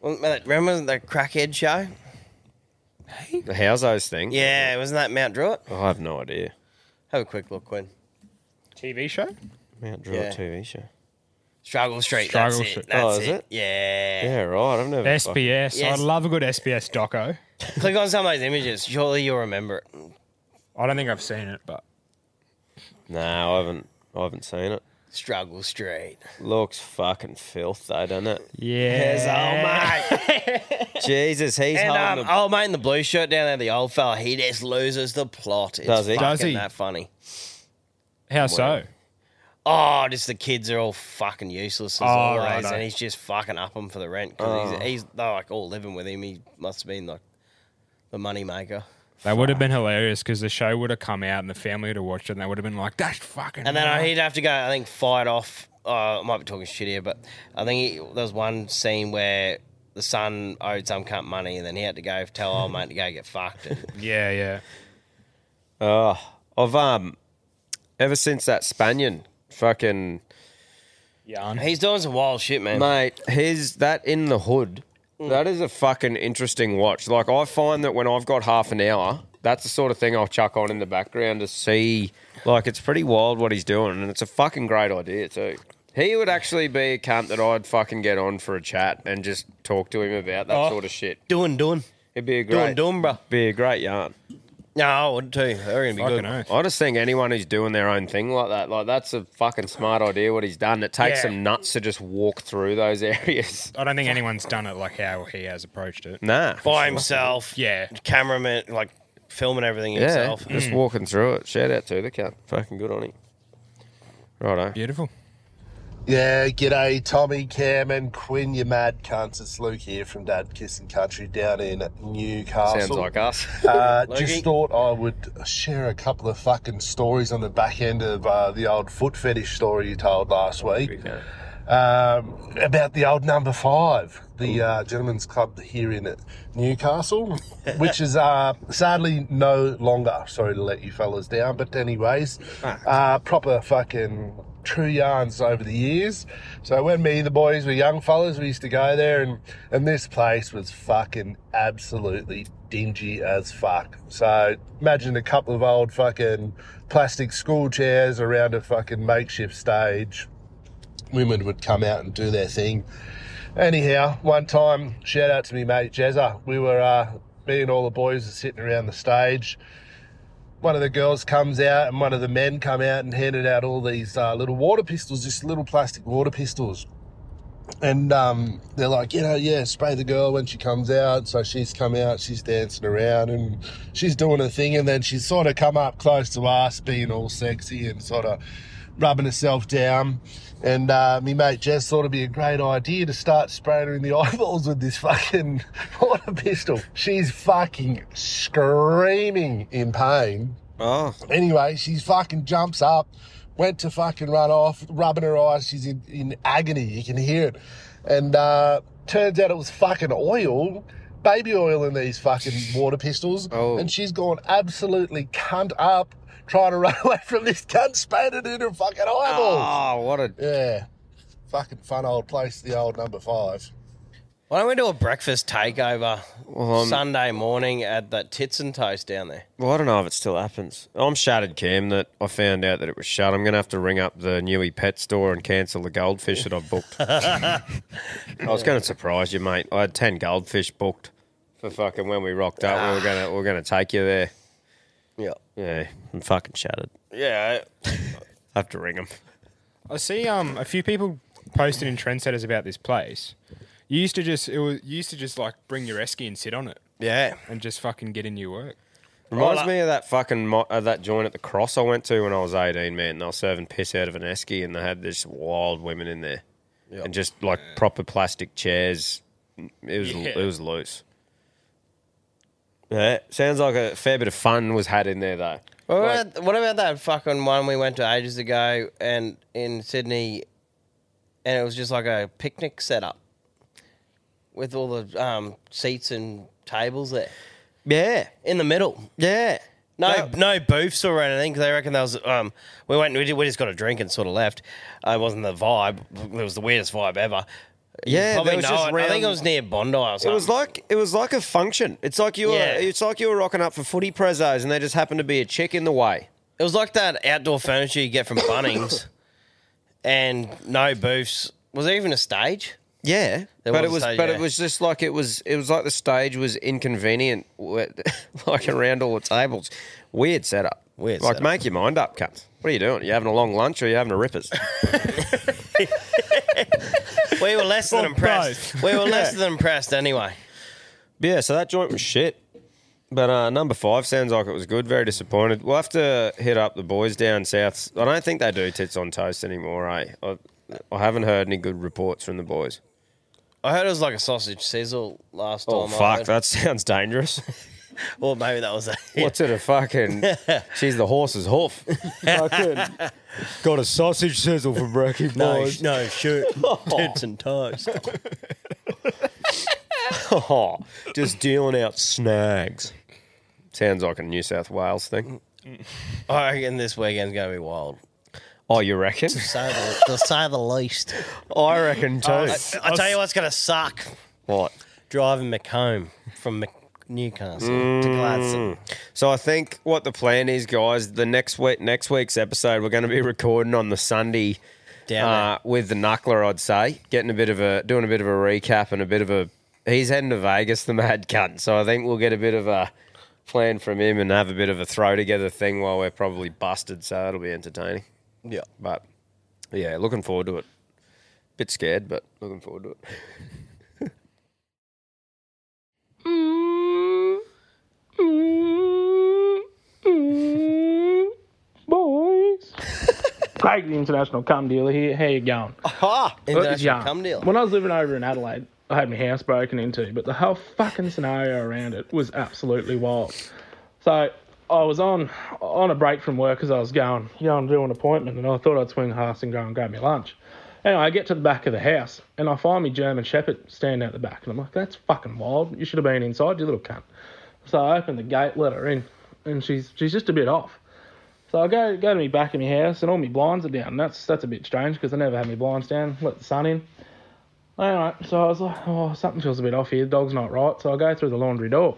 Speaker 1: Wasn't that- Remember the crackhead show?
Speaker 2: The Howzo's thing?
Speaker 1: Yeah, wasn't that Mount Druitt?
Speaker 2: I have no idea.
Speaker 1: Have a quick look, Quinn.
Speaker 5: TV show?
Speaker 2: Mount Druitt
Speaker 1: Yeah.
Speaker 2: TV show.
Speaker 1: Struggle Street.
Speaker 5: Struggle
Speaker 1: that's
Speaker 5: Street.
Speaker 1: It. That's
Speaker 2: Oh, is it?
Speaker 1: Yeah.
Speaker 2: Yeah, right. I've never. fucking-
Speaker 5: SBS.
Speaker 1: Yes.
Speaker 5: I love a good SBS doco.
Speaker 1: Click on some of those images. Surely you'll remember it.
Speaker 5: I don't think I've seen it, but
Speaker 2: No, I haven't. I haven't seen it.
Speaker 1: Struggle Street.
Speaker 2: Looks fucking filth though, doesn't it?
Speaker 1: There's
Speaker 5: yeah.
Speaker 1: old oh, mate.
Speaker 2: Jesus, he's
Speaker 1: and
Speaker 2: holding
Speaker 1: um,
Speaker 2: a-
Speaker 1: old mate in the blue shirt down there, the old fella, he just loses the plot. It's
Speaker 2: Does he?
Speaker 1: fucking
Speaker 5: Does he?
Speaker 1: that funny.
Speaker 5: How so?
Speaker 1: Oh, just the kids are all fucking useless as
Speaker 5: Oh,
Speaker 1: always,
Speaker 5: righto.
Speaker 1: and he's just fucking up them for the rent because he's, he's they're like all living with him. He must have been like the money maker.
Speaker 5: That would have been hilarious because the show would have come out and the family would have watched it and they would have been like, that's fucking.
Speaker 1: And then
Speaker 5: right."
Speaker 1: I he'd have to go. I think fight off. Uh, I might be talking shit here, but I think he, there was one scene where the son owed some cunt money, and then he had to go tell old mate to go get fucked. And
Speaker 5: Yeah, yeah.
Speaker 2: of um. Ever since that Spaniard, fucking
Speaker 5: Yarn.
Speaker 1: he's doing some wild shit, man. Mm.
Speaker 2: mate, his that in the hood. That is a fucking interesting watch. Like I find that when I've got half an hour, that's the sort of thing I'll chuck on in the background to see. Like it's pretty wild what he's doing, and it's a fucking great idea too. He would actually be a cunt that I'd fucking get on for a chat and just talk to him about that
Speaker 1: Oh.
Speaker 2: sort of shit.
Speaker 1: Doing, doing,
Speaker 2: It'd be a
Speaker 1: doing,
Speaker 2: great,
Speaker 1: doing, bro.
Speaker 2: be a great yarn.
Speaker 1: No, I would too. They're gonna be
Speaker 5: Fucking
Speaker 1: good.
Speaker 5: oath.
Speaker 2: I just think anyone who's doing their own thing like that, like that's a fucking smart idea. What he's done, it takes
Speaker 5: Yeah.
Speaker 2: some nuts to just walk through those areas.
Speaker 5: I don't think anyone's done it like how he has approached it.
Speaker 2: Nah,
Speaker 1: By himself,
Speaker 5: Yeah. Mm.
Speaker 1: Cameraman, like filming everything
Speaker 2: yeah,
Speaker 1: himself.
Speaker 2: just walking through it. Shout out to the cat, fucking good on him. Righto.
Speaker 5: Beautiful.
Speaker 10: Yeah, g'day, Tommy, Cam, and Quinn, you mad cunts. It's Luke here from Dad Kissing Country down in Newcastle.
Speaker 2: Sounds like us.
Speaker 10: Uh,
Speaker 1: Lukey.
Speaker 10: just thought I would share a couple of fucking stories on the back end of uh, the old foot fetish story you told last week. um, about the old number five, the uh, Gentlemen's Club here in Newcastle, which is uh, sadly no longer. Sorry to let you fellas down, but anyways, uh, proper fucking true yarns over the years. So when me and the boys were young fellas, we used to go there, and and this place was fucking absolutely dingy as fuck. So imagine a couple of old fucking plastic school chairs around a fucking makeshift stage women would come out and do their thing. Anyhow, one time, shout out to me mate Jezza. We were uh, me and all the boys are sitting around the stage. One of the girls comes out and one of the men come out and handed out all these uh, little water pistols, just little plastic water pistols. And um, they're like, you know, yeah, spray the girl when she comes out. So she's come out, she's dancing around and she's doing her thing. And then she's sort of come up close to us, being all sexy and sort of rubbing herself down. And uh, me mate Jess thought it'd be a great idea to start spraying her in the eyeballs with this fucking water pistol. She's fucking screaming in pain.
Speaker 2: Oh.
Speaker 10: Anyway, she fucking jumps up, went to fucking run off, rubbing her eyes. She's in, in agony. You can hear it. And uh, turns out it was fucking oil, baby oil in these fucking water pistols.
Speaker 2: Oh.
Speaker 10: And she's gone absolutely cunt up trying to run away from this cunt, sprayed it in her fucking eyeballs.
Speaker 2: Oh, what a
Speaker 10: yeah, fucking fun old place, the old number five.
Speaker 1: Why don't we do a breakfast takeover
Speaker 2: um,
Speaker 1: Sunday morning at that Tits and Toast down there?
Speaker 2: Well, I don't know if it still happens. I'm shattered, Cam, that I found out that it was shut. I'm going to have to ring up the Newey pet store and cancel the goldfish that I've booked. I was going to surprise you, mate. I had 10 goldfish booked for fucking when we rocked up. We were going to we were going to take you there.
Speaker 1: Yeah.
Speaker 2: Ah. Yeah, I'm fucking shattered.
Speaker 1: Yeah.
Speaker 2: I have to ring them.
Speaker 5: I see um a few people posted in trendsetters about this place. You used to just it was you used to just like bring your esky and sit on it.
Speaker 1: Yeah.
Speaker 5: And just fucking get in your work.
Speaker 2: Reminds me of that fucking mo- uh, that joint at the cross I went to when I was 18, man. And I was serving piss out of an esky, and they had this wild women in there, and just like proper plastic chairs. It was
Speaker 5: Yeah.
Speaker 2: it was loose. Yeah, sounds like a fair bit of fun was had in there though.
Speaker 1: What
Speaker 2: Like-
Speaker 1: about, what about that fucking one we went to ages ago and in Sydney, and it was just like a picnic setup with all the um, seats and tables there.
Speaker 2: Yeah,
Speaker 1: in the middle.
Speaker 2: Yeah,
Speaker 1: no, no booths or anything. 'cause They reckon there was. Um, we went. We, did, we just got a drink and sort of left. Uh, it wasn't the vibe. It was the weirdest vibe ever. You
Speaker 2: Yeah,
Speaker 1: probably
Speaker 2: there was
Speaker 1: know
Speaker 2: just
Speaker 1: it. I think it
Speaker 2: round-
Speaker 1: was near Bondi or
Speaker 2: It
Speaker 1: something.
Speaker 2: was like it was like a function. It's like you were
Speaker 1: Yeah.
Speaker 2: it's like you were rocking up for footy prezos, and there just happened to be a chick in the way.
Speaker 1: It was like that outdoor furniture you get from Bunnings, and no booths. Was there even a stage?
Speaker 2: Yeah,
Speaker 1: There
Speaker 2: but
Speaker 1: was
Speaker 2: it
Speaker 1: a
Speaker 2: was
Speaker 1: stage,
Speaker 2: but
Speaker 1: yeah.
Speaker 2: it was just like it was it was like the stage was inconvenient, wi- like around all the tables. Weird setup. Weird. Like
Speaker 1: setup.
Speaker 2: make your mind up, cunt. What are you doing? you having a long lunch or you having a rippers?
Speaker 1: We were less than
Speaker 2: Or
Speaker 1: impressed.
Speaker 2: both.
Speaker 1: We were less
Speaker 2: Yeah.
Speaker 1: than impressed anyway.
Speaker 2: yeah, so that joint was shit. But uh, number five sounds like it was good. Very disappointed. We'll have to hit up the boys down south. I don't think they do tits on toast anymore. Eh? I, I haven't heard any good reports from the boys.
Speaker 1: I heard it was like a sausage sizzle last
Speaker 2: Oh
Speaker 1: time. I
Speaker 2: fuck,
Speaker 1: went.
Speaker 2: that sounds dangerous.
Speaker 1: Well, maybe that was a.
Speaker 2: What's it a fucking? She's the horse's hoof. Fucking got a sausage sizzle for breakfast.
Speaker 1: No, sh- no, shoot.
Speaker 2: Oh.
Speaker 1: Tits and toes.
Speaker 2: Oh, just dealing out snags. Sounds like a New South Wales thing.
Speaker 1: I reckon this weekend's going to be wild.
Speaker 2: Oh, you reckon?
Speaker 1: Say the, to say the least.
Speaker 2: I reckon too.
Speaker 1: I, I tell you what's going to suck.
Speaker 2: what?
Speaker 1: Driving Macomb from Mac-
Speaker 2: Uh,
Speaker 1: Newcastle
Speaker 2: Mm.
Speaker 1: to Gladstone.
Speaker 2: So I think what the plan is, guys, the next week, next week's episode, we're going to be recording on the Sunday
Speaker 1: Down
Speaker 2: uh, with the knuckler, I'd say, getting a bit of a, doing a bit of a recap and a bit of a. He's heading to Vegas, the mad cunt. So I think we'll get a bit of a plan from him and have a bit of a throw together thing while we're probably busted. So it'll be entertaining.
Speaker 1: Yeah.
Speaker 2: But yeah, looking forward to it. Bit scared, but looking forward to it.
Speaker 11: Boys. Craig, the international cum dealer here. How you going?
Speaker 1: Aha!
Speaker 2: Oh,
Speaker 11: Look,
Speaker 1: International
Speaker 11: yeah.
Speaker 1: cum dealer.
Speaker 11: When I was living over in Adelaide, I had my house broken into, but the whole fucking scenario around it was absolutely wild. So I was on on a break from work as I was going, you know, I'm doing an appointment, and I thought I'd swing past and go and grab me lunch. Anyway, I get to the back of the house and I find my German Shepherd standing out the back, and I'm like, "That's fucking wild. You should have been inside, you little cunt." So I open the gate, let her in, and she's she's just a bit off. So I go go to me back of my house, and all my blinds are down. And that's that's a bit strange because I never had my blinds down. Let the sun in. All right, so I was like, oh, something feels a bit off here. The dog's not right. So I go through the laundry door.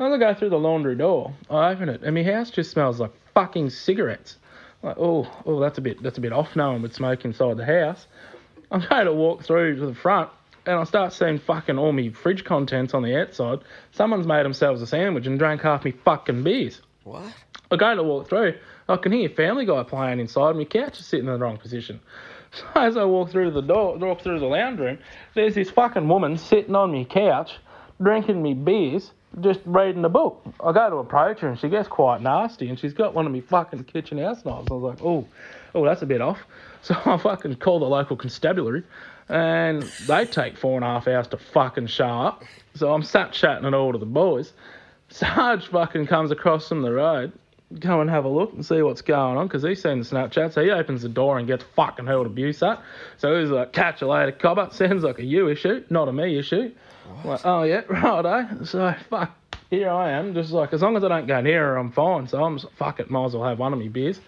Speaker 11: As I go through the laundry door, I open it, and my house just smells like fucking cigarettes. Like, oh, oh, that's a bit that's a bit off. No one would smoke inside the house. I'm going to walk through to the front, and I start seeing fucking all my fridge contents on the outside. Someone's made themselves a sandwich and drank half me fucking beers.
Speaker 1: What?
Speaker 11: I go to walk through. I can hear Family Guy playing inside. My couch is sitting in the wrong position. So as I walk through the door, walk through the lounge room, there's this fucking woman sitting on my couch, drinking me beers, just reading a book. I go to approach her and she gets quite nasty, and she's got one of me fucking kitchen house knives. I was like, oh, oh, that's a bit off. So I fucking call the local constabulary, and they take four and a half hours to fucking show up. So I'm sat chatting it all to the boys. Sarge fucking comes across from the road. Go and have a look and see what's going on because he's seen the Snapchat. So he opens the door and gets fucking hurled abuse at. So he's like, catch you later, cobber. Sounds like a you issue, not a me issue. I'm Like, oh yeah, righto. So fuck, here I am. Just like, as long as I don't go near her, I'm fine. So I'm just, fuck it, might as well have one of me beers.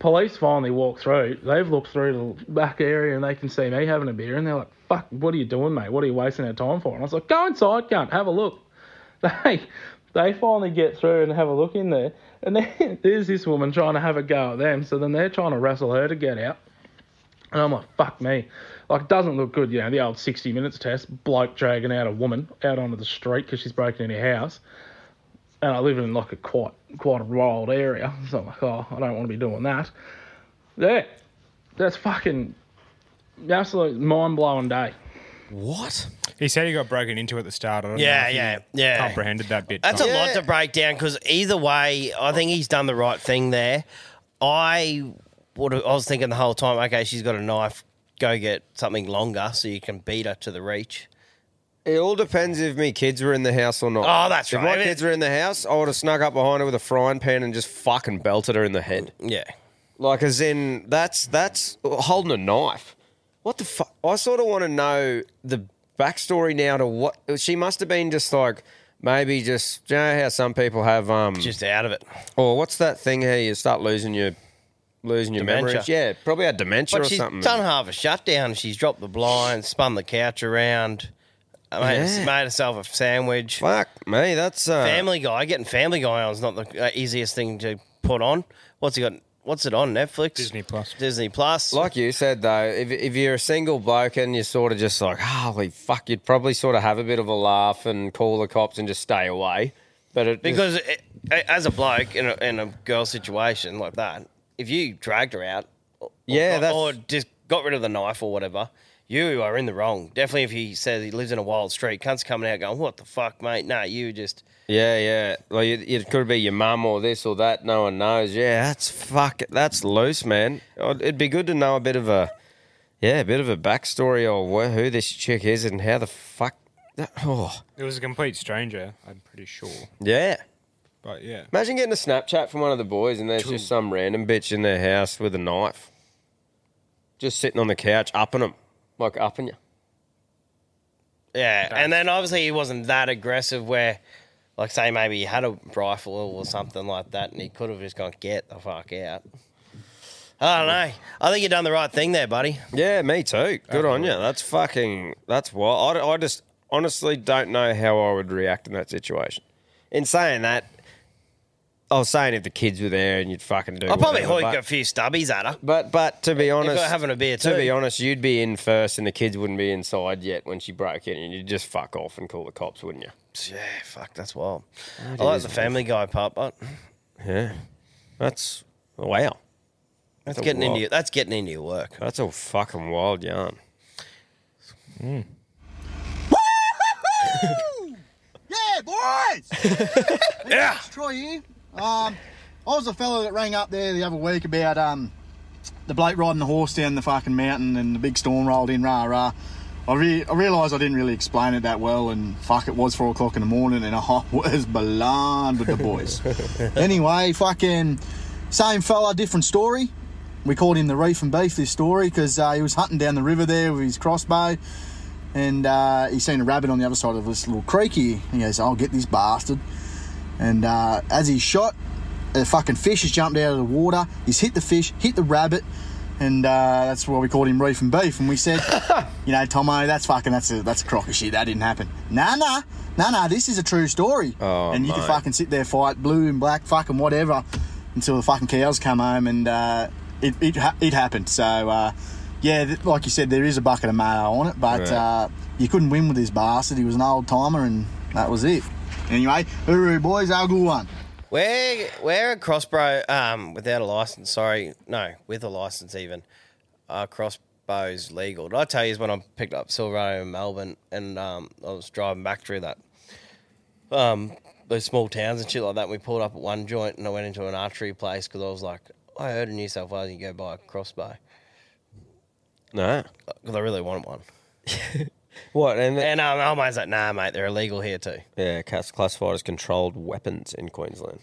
Speaker 11: Police finally walk through. They've looked through the back area and they can see me having a beer and they're like, fuck, what are you doing, mate? What are you wasting our time for? And I was like, go inside, cunt, have a look. They they finally get through and have a look in there. And then there's this woman trying to have a go at them. So then they're trying to wrestle her to get out. And I'm like, fuck me. Like, doesn't look good, you know, the old 60 minutes test, bloke dragging out a woman out onto the street because she's broken into your house. And I live in like a quite, quite a wild area. So I'm like, oh, I don't want to be doing that. There. That's fucking absolute mind blowing day.
Speaker 1: What?
Speaker 5: He said he got broken into at the start. I don't know
Speaker 1: Yeah,
Speaker 5: if he
Speaker 1: yeah, yeah.
Speaker 5: Comprehended that bit.
Speaker 1: That's
Speaker 5: Tom.
Speaker 1: a lot to break down because either way, I think he's done the right thing there. I would. I was thinking the whole time. Okay, she's got a knife. Go get something longer so you can beat her to the reach.
Speaker 2: It all depends if me kids were in the house or not.
Speaker 1: Oh, that's
Speaker 2: if
Speaker 1: right.
Speaker 2: If my kids were in the house, I would have snuck up behind her with a frying pan and just fucking belted her in the head.
Speaker 1: Yeah.
Speaker 2: Like, as in, that's that's holding a knife. What the fuck? I sort of want to know the backstory now to what she must have been just like. Maybe just do you know how some people have um
Speaker 1: just out of it.
Speaker 2: Or what's that thing here? You start losing your losing your
Speaker 1: Dementia.
Speaker 2: memory. Yeah, probably had dementia
Speaker 1: but
Speaker 2: or
Speaker 1: she's
Speaker 2: something.
Speaker 1: done half a shutdown. She's dropped the blind, spun the couch around, uh, made,
Speaker 2: Yeah.
Speaker 1: made herself a sandwich.
Speaker 2: Fuck me, that's uh,
Speaker 1: Family Guy. Getting Family Guy on is not the uh, easiest thing to put on. What's he got? What's it on Netflix? Disney Plus. Disney Plus.
Speaker 2: Like you said though, if, if you're a single bloke and you're sort of just like, holy fuck, you'd probably sort of have a bit of a laugh and call the cops and just stay away. But it
Speaker 1: Because it, as a bloke in a, in a girl situation like that, if you dragged her out, or,
Speaker 2: Yeah,
Speaker 1: or,
Speaker 2: that's-
Speaker 1: or just got rid of the knife or whatever, you are in the wrong. Definitely, if he says he lives in a wild street, cunts coming out going, "What the fuck, mate?" Nah, you just
Speaker 2: yeah, yeah, like it, it could be your mum or this or that. No one knows. Yeah, that's fuck. That's loose, man. Oh, It'd be good to know a bit of a yeah, a bit of a backstory or where, who this chick is and how the fuck. That, oh
Speaker 5: It was a complete stranger, I'm pretty sure.
Speaker 2: yeah.
Speaker 5: But yeah.
Speaker 2: Imagine getting a Snapchat from one of the boys and there's just some random bitch in their house with a knife, just sitting on the couch, upping them, like upping you.
Speaker 1: yeah. And then obviously he wasn't that aggressive. Where, like, say maybe he had a rifle or something like that, and he could have just gone, "Get the fuck out." I don't know. I think you've done the right thing there, buddy.
Speaker 2: Yeah, me too. Good on you. That's fucking. That's wild. I, I just honestly don't know how I would react in that situation. In saying that, I was saying if the kids were there and you'd fucking do.
Speaker 1: I'll probably
Speaker 2: whatever,
Speaker 1: hoik
Speaker 2: but-
Speaker 1: a few stubbies at her.
Speaker 2: But but to be honest,
Speaker 1: having a beer
Speaker 2: To
Speaker 1: too.
Speaker 2: be honest, you'd be in first, and the kids wouldn't be inside yet when she broke in, and you'd just fuck off and call the cops, wouldn't you?
Speaker 1: Yeah, fuck, that's wild.
Speaker 2: That
Speaker 1: I like
Speaker 2: is
Speaker 1: the Family Guy part, but
Speaker 2: Yeah, that's wow.
Speaker 1: that's
Speaker 2: a
Speaker 1: getting into
Speaker 2: wild-
Speaker 1: your, that's getting into your work.
Speaker 2: That's a fucking wild yarn.
Speaker 12: Yeah, boys. yeah. Troy here. Um, I was a fella that rang up there the other week about um, the bloke riding the horse down the fucking mountain and the big storm rolled in, rah rah. I, re- I realised I didn't really explain it that well, and fuck, it was four o'clock in the morning, and I was blind with the boys. anyway, fucking same fella, different story. we called him the Reef and Beef this story because uh, he was hunting down the river there with his crossbow, and uh, he seen a rabbit on the other side of this little creek here. He goes, "I'll get this bastard," and uh, as he shot, the fucking fish has jumped out of the water. He's hit the fish, hit the rabbit. And uh, that's why we called him Reef and Beef. And we said, you know, Tomo, that's fucking, that's a, that's a crock of shit. That didn't happen. Nah, nah, nah, nah. This is a true story.
Speaker 2: Oh,
Speaker 12: and you can
Speaker 2: mate.
Speaker 12: fucking sit there, fight blue and black, fucking whatever, until the fucking cows come home. And uh, it, it, ha- it happened. So, uh, yeah, th- like you said, there is a bucket of mayo on it. But
Speaker 2: Right.
Speaker 12: uh, you couldn't win with this bastard. He was an old timer, and that was it. Anyway, hooroo, boys. Have a good one.
Speaker 1: We're we're a crossbow um without a license. Sorry, no, with a license even. Our crossbow's legal. Did I tell you is when I picked up Silverado in Melbourne and um I was driving back through that um those small towns and shit like that. We pulled up at one joint and I went into an archery place because I was like, I heard in New South Wales you can go buy a crossbow
Speaker 2: No.
Speaker 1: because I really wanted one.
Speaker 2: What? And,
Speaker 1: and um, our mate's like, nah, mate, they're illegal here too.
Speaker 2: Yeah, cats classified as controlled weapons in Queensland.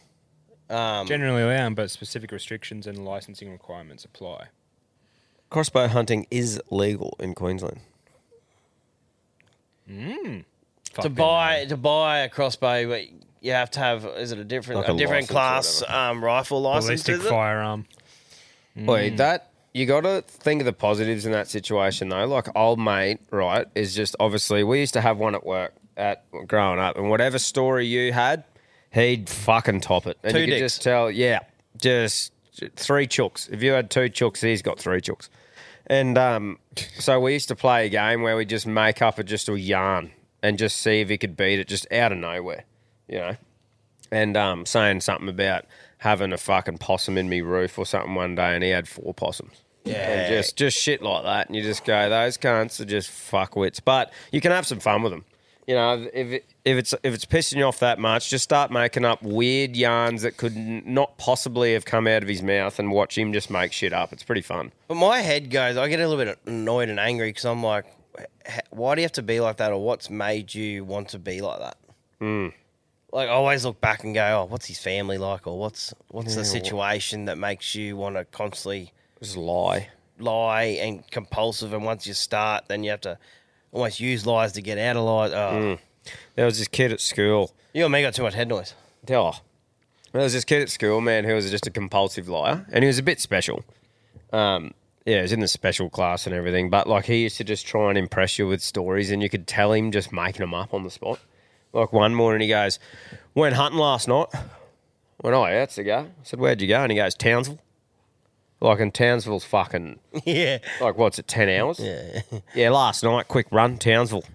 Speaker 1: Um,
Speaker 5: Generally allowed, but specific restrictions and licensing requirements apply.
Speaker 2: Crossbow hunting is legal in Queensland.
Speaker 5: Mm.
Speaker 1: to
Speaker 5: Fucking
Speaker 1: buy to buy a crossbow, but you have to have is it a different
Speaker 2: Like
Speaker 1: a,
Speaker 2: a
Speaker 1: different
Speaker 2: license
Speaker 1: class
Speaker 2: or
Speaker 1: um, rifle license? is it?
Speaker 5: firearm.
Speaker 1: Mm.
Speaker 2: Wait, that you got to think of the positives in that situation though. Like old mate, right, is just obviously we used to have one at work at growing up, and whatever story you had, he'd fucking top it, and
Speaker 1: Two
Speaker 2: you could
Speaker 1: dicks.
Speaker 2: just tell, yeah, just three chooks. If you had two chooks, he's got three chooks. And um, so we used to play a game where we just make up a just a yarn and just see if he could beat it just out of nowhere, you know and um, saying something about having a fucking possum in me roof or something one day, and he had four possums.
Speaker 1: Yeah.
Speaker 2: and just just shit like that, and you just go, those cunts are just fuckwits. But you can have some fun with them. You know, if it, if it's if it's pissing you off that much, just start making up weird yarns that could n- not possibly have come out of his mouth, and watch him just make shit up. It's pretty fun.
Speaker 1: But my head goes, I get a little bit annoyed and angry because I'm like, "H- why do you have to be like that, or what's made you want to be like that?
Speaker 2: Mm.
Speaker 1: Like I always look back and go, oh, what's his family like, or what's what's the
Speaker 2: Yeah, wha-
Speaker 1: situation that makes you want to constantly
Speaker 2: just lie,
Speaker 1: lie and compulsive, and once you start, then you have to almost use lies to get out of lies. Oh.
Speaker 2: Mm. There was this kid at school.
Speaker 1: You and me got too much head noise.
Speaker 2: Oh. There was this kid at school, man, who was just a compulsive liar, and he was a bit special. Um, yeah, he was in the special class and everything, but like he used to just try and impress you with stories, and you could tell him just making them up on the spot. Like one morning, he goes, "Went hunting last night." Went, oh, yeah, that's the guy. I said, "Where'd you go?" And he goes, "Townsville." Like, and Townsville's fucking
Speaker 1: yeah.
Speaker 2: Like what's it, ten hours? Yeah. yeah, last night, quick run, Townsville.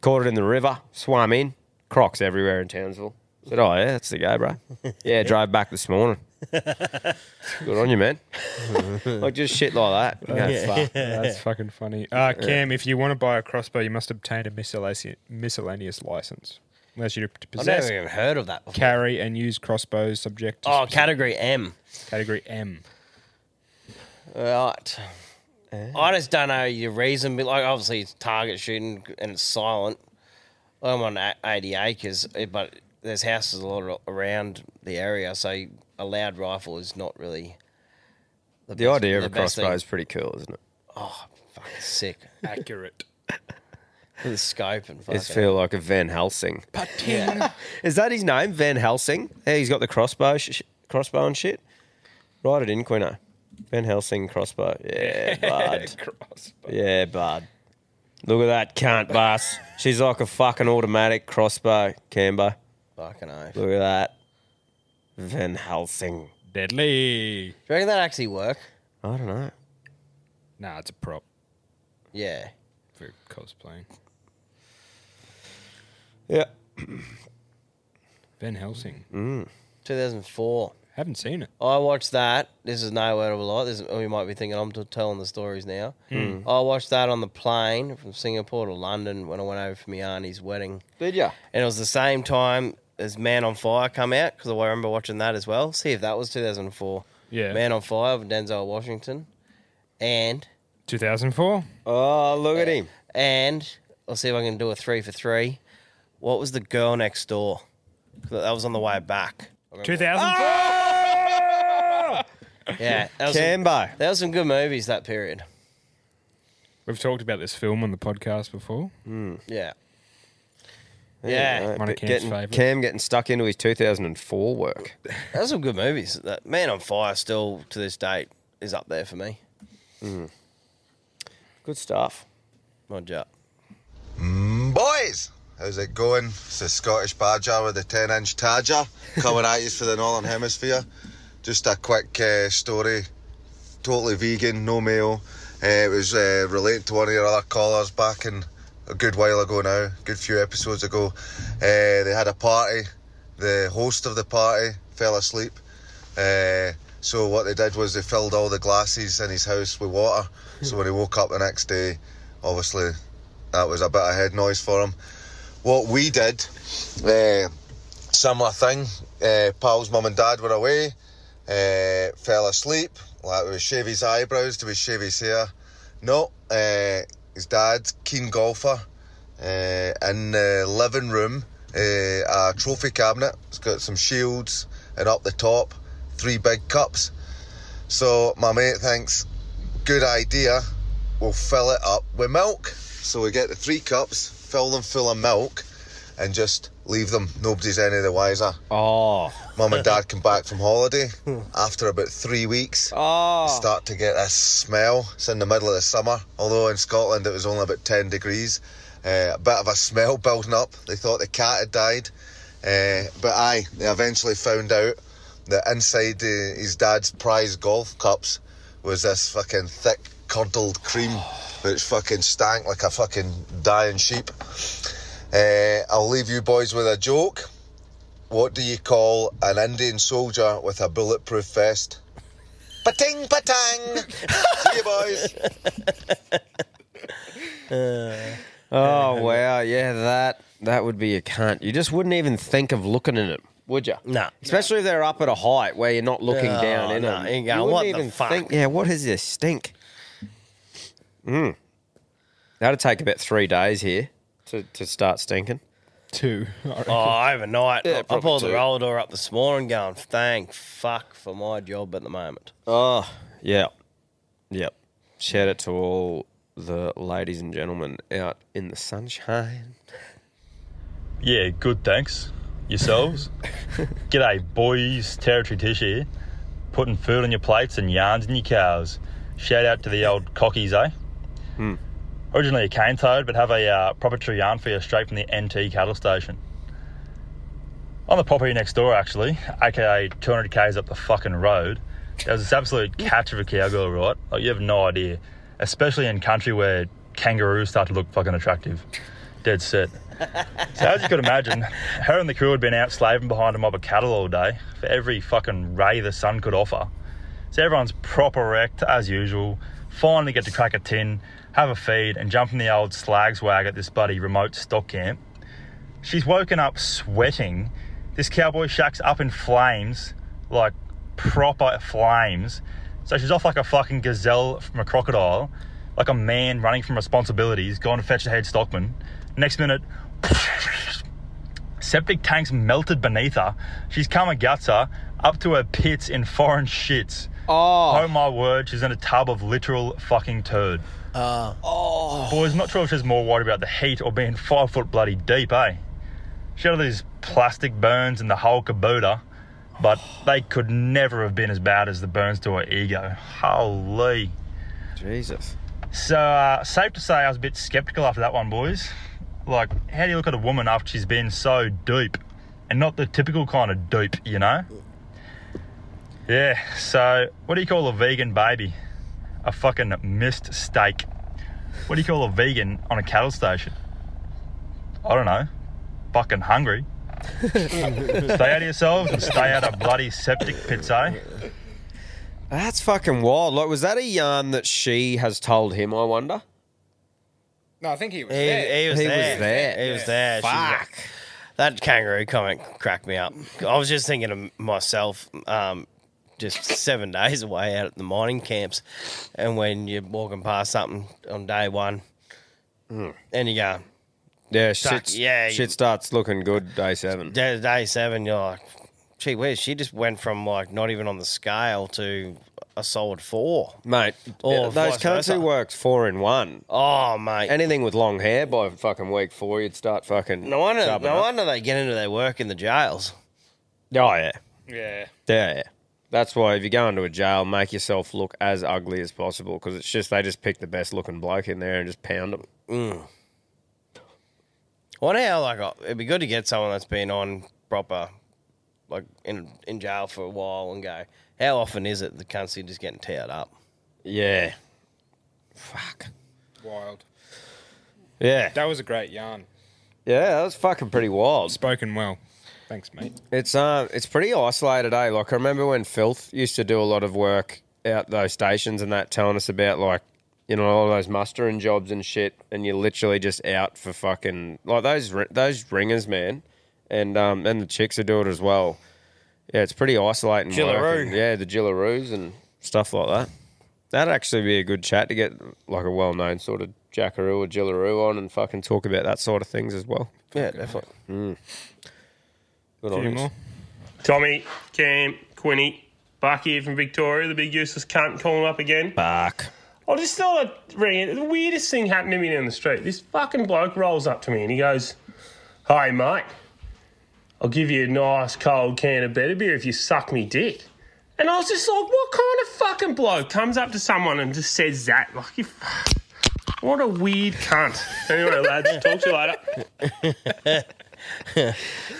Speaker 2: Caught it in the river, swam in, crocs everywhere in Townsville. Said, Oh yeah, that's the go, bro. Yeah, drove back this morning. Good on you, man. like just shit like that.
Speaker 5: That's,
Speaker 2: Yeah.
Speaker 5: fu- that's fucking funny.
Speaker 2: Yeah.
Speaker 5: Uh, Cam, if you want to buy a crossbow, you must obtain a miscellaneous, miscellaneous license. Allows you to
Speaker 1: I've
Speaker 5: possess,
Speaker 1: never even heard of that. Before.
Speaker 5: carry, and use crossbows subject to
Speaker 1: Oh, category M.
Speaker 5: category M.
Speaker 1: Right. I just don't know your reason. But like, obviously, it's target shooting and it's silent. I'm on a- 80 acres, eh, but there's houses a lot ar- around the area, so a loud rifle is not really
Speaker 2: The,
Speaker 1: best-
Speaker 2: idea of
Speaker 1: the
Speaker 2: a
Speaker 1: best
Speaker 2: crossbow
Speaker 1: thing.
Speaker 2: is pretty cool, isn't it?
Speaker 1: Oh, fucking sick.
Speaker 5: Accurate.
Speaker 1: With a scope and fucking.
Speaker 2: It's feel like a Van Helsing.
Speaker 1: Yeah.
Speaker 2: Is that his name, Van Helsing? Yeah, he's got the crossbow, sh- sh- crossbow and shit. Write it in, Quino. Van Helsing crossbow. Yeah, bud.
Speaker 5: crossbow.
Speaker 2: Yeah, bud. Look at that cunt, bus. She's like a fucking automatic crossbow, Cambo.
Speaker 1: Fucking oath.
Speaker 2: Look at that. Van Helsing.
Speaker 5: Deadly.
Speaker 1: Do you reckon that actually work?
Speaker 2: I don't know.
Speaker 5: Nah, it's a prop
Speaker 1: Yeah.
Speaker 5: for cosplaying.
Speaker 2: Yeah.
Speaker 5: Van Helsing.
Speaker 2: Mm.
Speaker 1: 2004.
Speaker 5: Haven't seen it.
Speaker 1: I watched that. This is no word of a lie. This is, you might be thinking I'm t- telling the stories now.
Speaker 2: Hmm.
Speaker 1: I watched that on the plane from Singapore to London when I went over for my auntie's wedding.
Speaker 2: Did ya?
Speaker 1: And it was the same time as Man on Fire come out because I remember watching that as well. See if that was 2004.
Speaker 5: Yeah.
Speaker 1: Man on Fire with Denzel Washington, and
Speaker 5: 2004.
Speaker 2: Oh, look at him.
Speaker 1: And I'll see if I can do a three for three. What was the girl next door? 'Cause That was on the way back. I remember-
Speaker 5: 2004.
Speaker 1: Yeah, that was
Speaker 2: Cambo.
Speaker 1: Some, that was some good movies that period.
Speaker 5: We've talked about this film on the podcast before.
Speaker 1: Yeah.
Speaker 2: right,
Speaker 5: one of
Speaker 2: but
Speaker 5: Cam's
Speaker 2: getting-
Speaker 5: favourites.
Speaker 2: Cam getting stuck into his 2004 work.
Speaker 1: That was some good movies. That Man on Fire still to this date is up there for me.
Speaker 2: Mm-hmm. Good stuff.
Speaker 1: Mod up.
Speaker 13: Mm, boys, how's it going? It's the Scottish Badger with the 10 inch Tadger coming at you for the Northern Hemisphere. Just a quick uh, story totally vegan, no mayo. Uh, it was uh, related to one of your other callers back in a good while ago now, a good few episodes ago. Uh, they had a party, the host of the party fell asleep. Uh, so what they did was they filled all the glasses in his house with water. So when he woke up the next day, obviously that was a bit of head noise for him. What we did, uh, similar thing. Uh, Pal's mum and dad were away, uh, fell asleep. Like we shave his eyebrows, do we shave his hair? No. Uh, his dad, keen golfer, uh, in the living room, uh, a trophy cabinet. It's got some shields, and up the top, three big cups. So my mate thinks, good idea. We'll fill it up with milk. So we get the three cups, fill them full of milk, and just leave them. Nobody's any the wiser.
Speaker 2: Oh.
Speaker 13: Mum and dad come back from holiday after about three weeks.
Speaker 2: Oh.
Speaker 13: Start to get this smell. It's in the middle of the summer, although in Scotland it was only about 10 degrees. Uh, a bit of a smell building up. They thought the cat had died. Uh, but aye, they eventually found out that inside uh, his dad's prize golf cups was this fucking thick curdled cream which fucking stank like a fucking dying sheep. Uh, I'll leave you boys with a joke. What do you call an Indian soldier with a bulletproof vest? Pating patang! See you boys!
Speaker 2: oh wow, yeah, that that would be a cunt. You just wouldn't even think of looking in it, would you? No, especially if they're up at a height where you're not looking
Speaker 1: Oh,
Speaker 2: down in
Speaker 1: no,
Speaker 2: them.
Speaker 1: you ain't going,
Speaker 2: wouldn't
Speaker 1: "What the fuck?"
Speaker 2: Think, yeah, what is this stink? Mm. That'd take about three days here to, to start stinking.
Speaker 5: Two.
Speaker 1: Oh, overnight.
Speaker 2: Yeah,
Speaker 1: I
Speaker 2: probably
Speaker 1: pulled
Speaker 2: two.
Speaker 1: the roll door up this morning going, thank fuck for my job at the moment.
Speaker 2: Oh, yeah. Yep. Shout out to all the ladies and gentlemen out in the sunshine.
Speaker 14: Yeah, good, thanks. Yourselves? G'day, boys. Territory Tish here. Putting food on your plates and yarns in your cows. Shout out to the old cockies, eh?
Speaker 15: Hmm.
Speaker 14: Originally a cane toad, but have a uh, proper true yarn for you straight from the NT cattle station. On the property next door, actually, aka 200 k's up the fucking road, there was this absolute catch of a cowgirl, right? Like, you have no idea. Especially in country where kangaroos start to look fucking attractive. Dead set. So, as you could imagine, her and the crew had been out slaving behind a mob of cattle all day for every fucking ray the sun could offer. So, everyone's proper wrecked as usual. Finally, get to crack a tin, have a feed, and jump in the old slags wag at this bloody remote stock camp. She's woken up sweating. This cowboy shack's up in flames, like proper flames. So she's off like a fucking gazelle from a crocodile, like a man running from responsibilities, going to fetch the head stockman. Next minute, septic tanks melted beneath her. She's come and guts her up to her pits in foreign shits.
Speaker 2: Oh.
Speaker 14: Oh my word, she's in a tub of literal fucking turd.
Speaker 2: oh.
Speaker 14: Boys, not sure if she's more worried about the heat or being five foot bloody deep, eh? She had all these plastic burns and the whole kabuta, but they could never have been as bad as the burns to her ego. Holy.
Speaker 2: Jesus.
Speaker 14: So, uh, safe to say, I was a bit skeptical after that one, boys. Like, how do you look at a woman after she's been so deep? And not the typical kind of deep, you know? Yeah, so what do you call a vegan baby? A fucking missed steak. What do you call a vegan on a cattle station? I don't know. Fucking hungry. stay out of yourselves and stay out of bloody septic pits, eh?
Speaker 2: That's fucking wild. Like, was that a yarn that she has told him? I wonder.
Speaker 5: No, I think he was
Speaker 1: He,
Speaker 5: there.
Speaker 1: he was there. He was there. She was
Speaker 5: Fuck.
Speaker 1: like- that kangaroo comment cracked me up. I was just thinking of myself, um, just seven days away out at the mining camps, and when you're walking past something on day one, and you go,
Speaker 2: Hmm. Yeah,
Speaker 1: Suck-
Speaker 2: shit.
Speaker 1: yeah, you-
Speaker 2: shit starts looking good day seven.
Speaker 1: day, day seven, you're like, gee whiz, she just went from like not even on the scale to a solid four.
Speaker 2: Mate,
Speaker 1: Or
Speaker 2: those
Speaker 1: Oh, vice
Speaker 2: cunts
Speaker 1: versa.
Speaker 2: who worked four in one.
Speaker 1: Oh, mate.
Speaker 2: Anything with long hair by fucking week four, you'd start fucking.
Speaker 1: No wonder,
Speaker 2: chubbing
Speaker 1: no
Speaker 2: up.
Speaker 1: wonder they get into their work in the jails.
Speaker 2: Oh, yeah.
Speaker 5: Yeah.
Speaker 2: Yeah, yeah. That's why if you go into a jail, make yourself look as ugly as possible because it's just they just pick the best looking bloke in there and just pound them.
Speaker 1: Mm. Wonder how like uh, it'd be good to get someone that's been on proper, like in in jail for a while, and go. How often is it the cunts are just getting teared up?
Speaker 2: Yeah,
Speaker 5: Wild.
Speaker 2: yeah,
Speaker 5: That was a great yarn.
Speaker 2: yeah. That was fucking pretty wild.
Speaker 5: Spoken well. Thanks, mate.
Speaker 2: It's um, it's pretty isolated, eh? Like I remember when Filth used to do a lot of work out those stations and that, telling us about like, you know, all those mustering jobs and shit, and you're literally just out for fucking like those ri- those ringers, man, and um, and the chicks who do it as well. Yeah, it's pretty isolating. work
Speaker 1: Jillaroo.
Speaker 2: and- yeah, the Jillaroos and stuff like that. That'd actually be a good chat to get like a well-known sort of Jackaroo or Jillaroo on and fucking talk about that sort of things as well.
Speaker 1: Yeah, definitely.
Speaker 2: Mm. Good
Speaker 1: Few
Speaker 2: on yous.
Speaker 1: more?
Speaker 15: Tommy, Cam, Quinny, Buck here from Victoria, the big useless cunt calling up again.
Speaker 2: Buck.
Speaker 15: I'll just tell a ring it. The weirdest thing happened to me down the street. This fucking bloke rolls up to me and he goes, Hey, mate, I'll give you a nice cold can of better beer if you suck me dick. And I was just like, what kind of fucking bloke comes up to someone and just says that? Like, you f- what a weird cunt. Anyway, lads, talk to you later.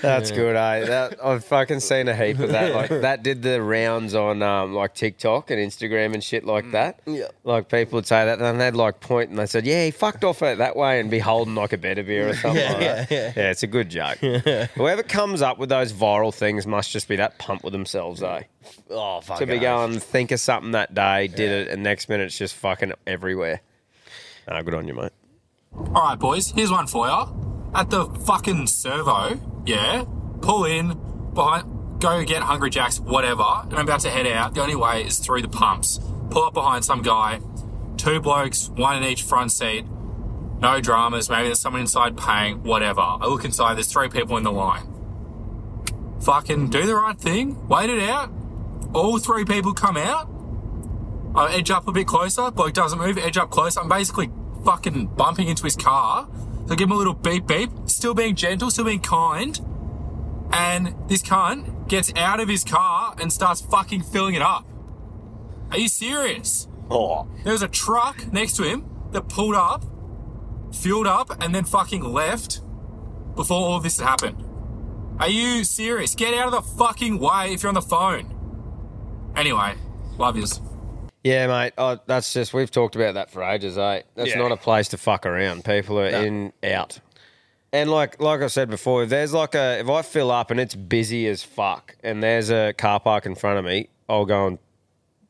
Speaker 2: That's good, eh? That I've fucking seen a heap of that. Like that did the rounds on um, like TikTok and Instagram and shit like that.
Speaker 1: Mm. Yeah.
Speaker 2: Like people would say that, and they'd like point and they said, "Yeah, he fucked off it that way," and be holding like a better beer or something.
Speaker 1: Yeah,
Speaker 2: like that.
Speaker 1: yeah, yeah.
Speaker 2: it's a good joke. Whoever comes up with those viral things must just be that pumped with themselves, eh?
Speaker 1: Oh, fuck.
Speaker 2: to be
Speaker 1: oath.
Speaker 2: going, think of something that day, did it, and next minute it's just fucking everywhere. Ah, good on you, mate.
Speaker 16: All right, boys, here's one for you. At the fucking servo, yeah, pull in, behind, go get Hungry Jacks, whatever, and I'm about to head out. The only way is through the pumps. Pull up behind some guy, two blokes, one in each front seat, no dramas, maybe there's someone inside paying, whatever. I look inside, there's three people in the line. Fucking do the right thing, wait it out. All three people come out. I edge up a bit closer, bloke doesn't move, edge up closer. I'm basically fucking bumping into his car. So I give him a little beep beep, still being gentle, still being kind. And this cunt gets out of his car and starts fucking filling it up. Are you serious?
Speaker 2: Oh.
Speaker 16: There was a truck next to him that pulled up, fueled up, and then fucking left before all this happened. Are you serious? Get out of the fucking way if you're on the phone. Anyway, love yous.
Speaker 2: Yeah, mate. Oh, that's just we've talked about that for ages, eh? That's
Speaker 16: Yeah.
Speaker 2: not a place to fuck around. People are
Speaker 16: No.
Speaker 2: in out. And like like I said before, if there's like a if I fill up and it's busy as fuck, and there's a car park in front of me, I'll go and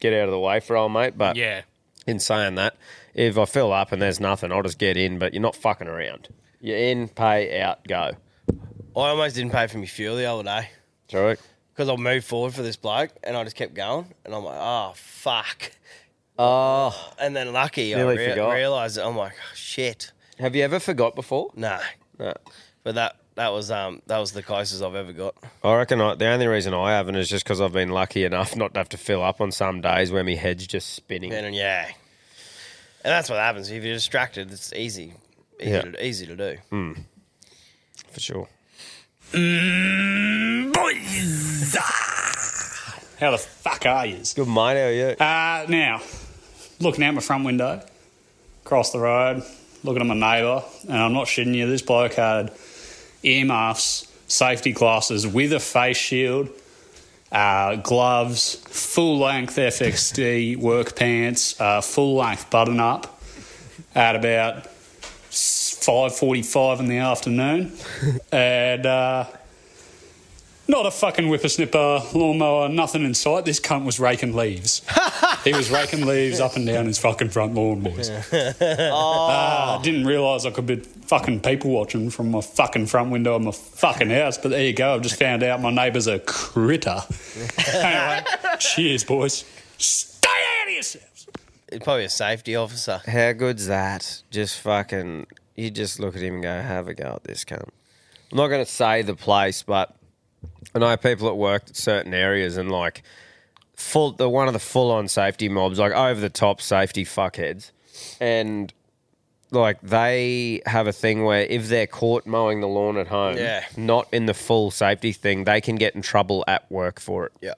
Speaker 2: get out of the way for old mate. But
Speaker 5: Yeah.
Speaker 2: in saying that, if I fill up and there's nothing, I'll just get in. But you're not fucking around. You're in, pay out, go.
Speaker 1: I almost didn't pay for my fuel the other day.
Speaker 2: True.
Speaker 1: Because I moved forward for this bloke and I just kept going. And I'm like, oh, fuck.
Speaker 2: Oh.
Speaker 1: And then lucky,
Speaker 2: Nearly
Speaker 1: I
Speaker 2: forgot.
Speaker 1: re- realised it. I'm like, oh, shit.
Speaker 2: Have you ever forgot before?
Speaker 1: No.
Speaker 2: No.
Speaker 1: But that, that was um that was the closest I've ever got.
Speaker 2: I reckon I, the only reason I haven't is just because I've been lucky enough not to have to fill up on some days where my head's just spinning.
Speaker 1: And yeah. And that's what happens. If you're distracted, it's easy. Easy,
Speaker 2: Yeah.
Speaker 1: to, easy to do.
Speaker 2: Mm. For sure.
Speaker 17: boys. How the fuck are yous?
Speaker 2: Good mate, how are you?
Speaker 17: Uh, now, looking out my front window, across the road, looking at my neighbour, and I'm not shitting you, this bloke had earmuffs, safety glasses with a face shield, uh, gloves, full length FXD work pants, uh, full length button up at about 5.45 in the afternoon. and, uh, not a fucking whippersnipper, lawnmower, nothing in sight. This cunt was raking leaves. he was raking leaves up and down his fucking front lawn, boys. Ah, I didn't realise I could be fucking people watching from my fucking front window of my fucking house, but there you go. I've just found out my neighbour's a critter. anyway, cheers, boys. Stay out of yourselves.
Speaker 1: It's probably a safety officer.
Speaker 2: How good's that? Just fucking, you just look at him and go, have a go at this cunt. I'm not going to say the place, but I know people at work at certain areas and like full the one of the full on safety mobs, like over the top safety fuckheads, and like they have a thing where if they're caught mowing the lawn at home,
Speaker 1: Yeah.
Speaker 2: not in the full safety thing, they can get in trouble at work for it.
Speaker 1: Yeah.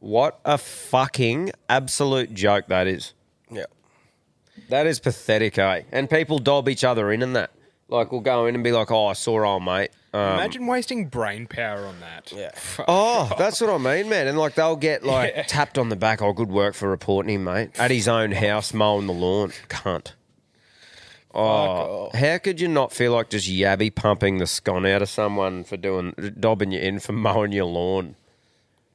Speaker 2: What a fucking absolute joke that is.
Speaker 1: Yeah.
Speaker 2: That is pathetic, eh? And people dob each other in and that. Like we'll go in and be like, "Oh, I saw old mate." Um,
Speaker 5: Imagine wasting brain power on that. Yeah.
Speaker 2: Oh, that's what I mean, man. And like they'll get like
Speaker 5: Yeah.
Speaker 2: tapped on the back. Oh, good work for reporting him, mate. At his own house, mowing the lawn. Cunt. Oh, how could you not feel like just yabby pumping the scone out of someone for doing dobbing you in for mowing your lawn?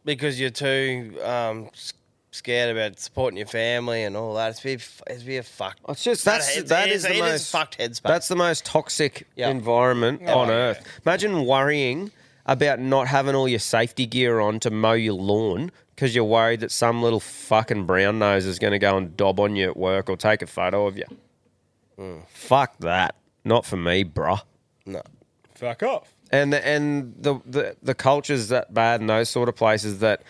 Speaker 1: because you're too um, s- scared about supporting your family and all that. It's be it's be a fuck.
Speaker 2: It's just that's
Speaker 1: it,
Speaker 2: that
Speaker 1: it
Speaker 2: is,
Speaker 1: it
Speaker 2: the most
Speaker 1: fucked headspace.
Speaker 2: That's the most toxic environment
Speaker 1: Oh,
Speaker 2: on
Speaker 1: yeah.
Speaker 2: earth. Imagine worrying about not having all your safety gear on to mow your lawn because you're worried that some little fucking brown nose is going to go and dob on you at work or take a photo of you.
Speaker 1: Mm.
Speaker 2: Fuck that. Not for me, bruh.
Speaker 1: No.
Speaker 5: Fuck off.
Speaker 2: And the, and the, the the culture's that bad in those sort of places that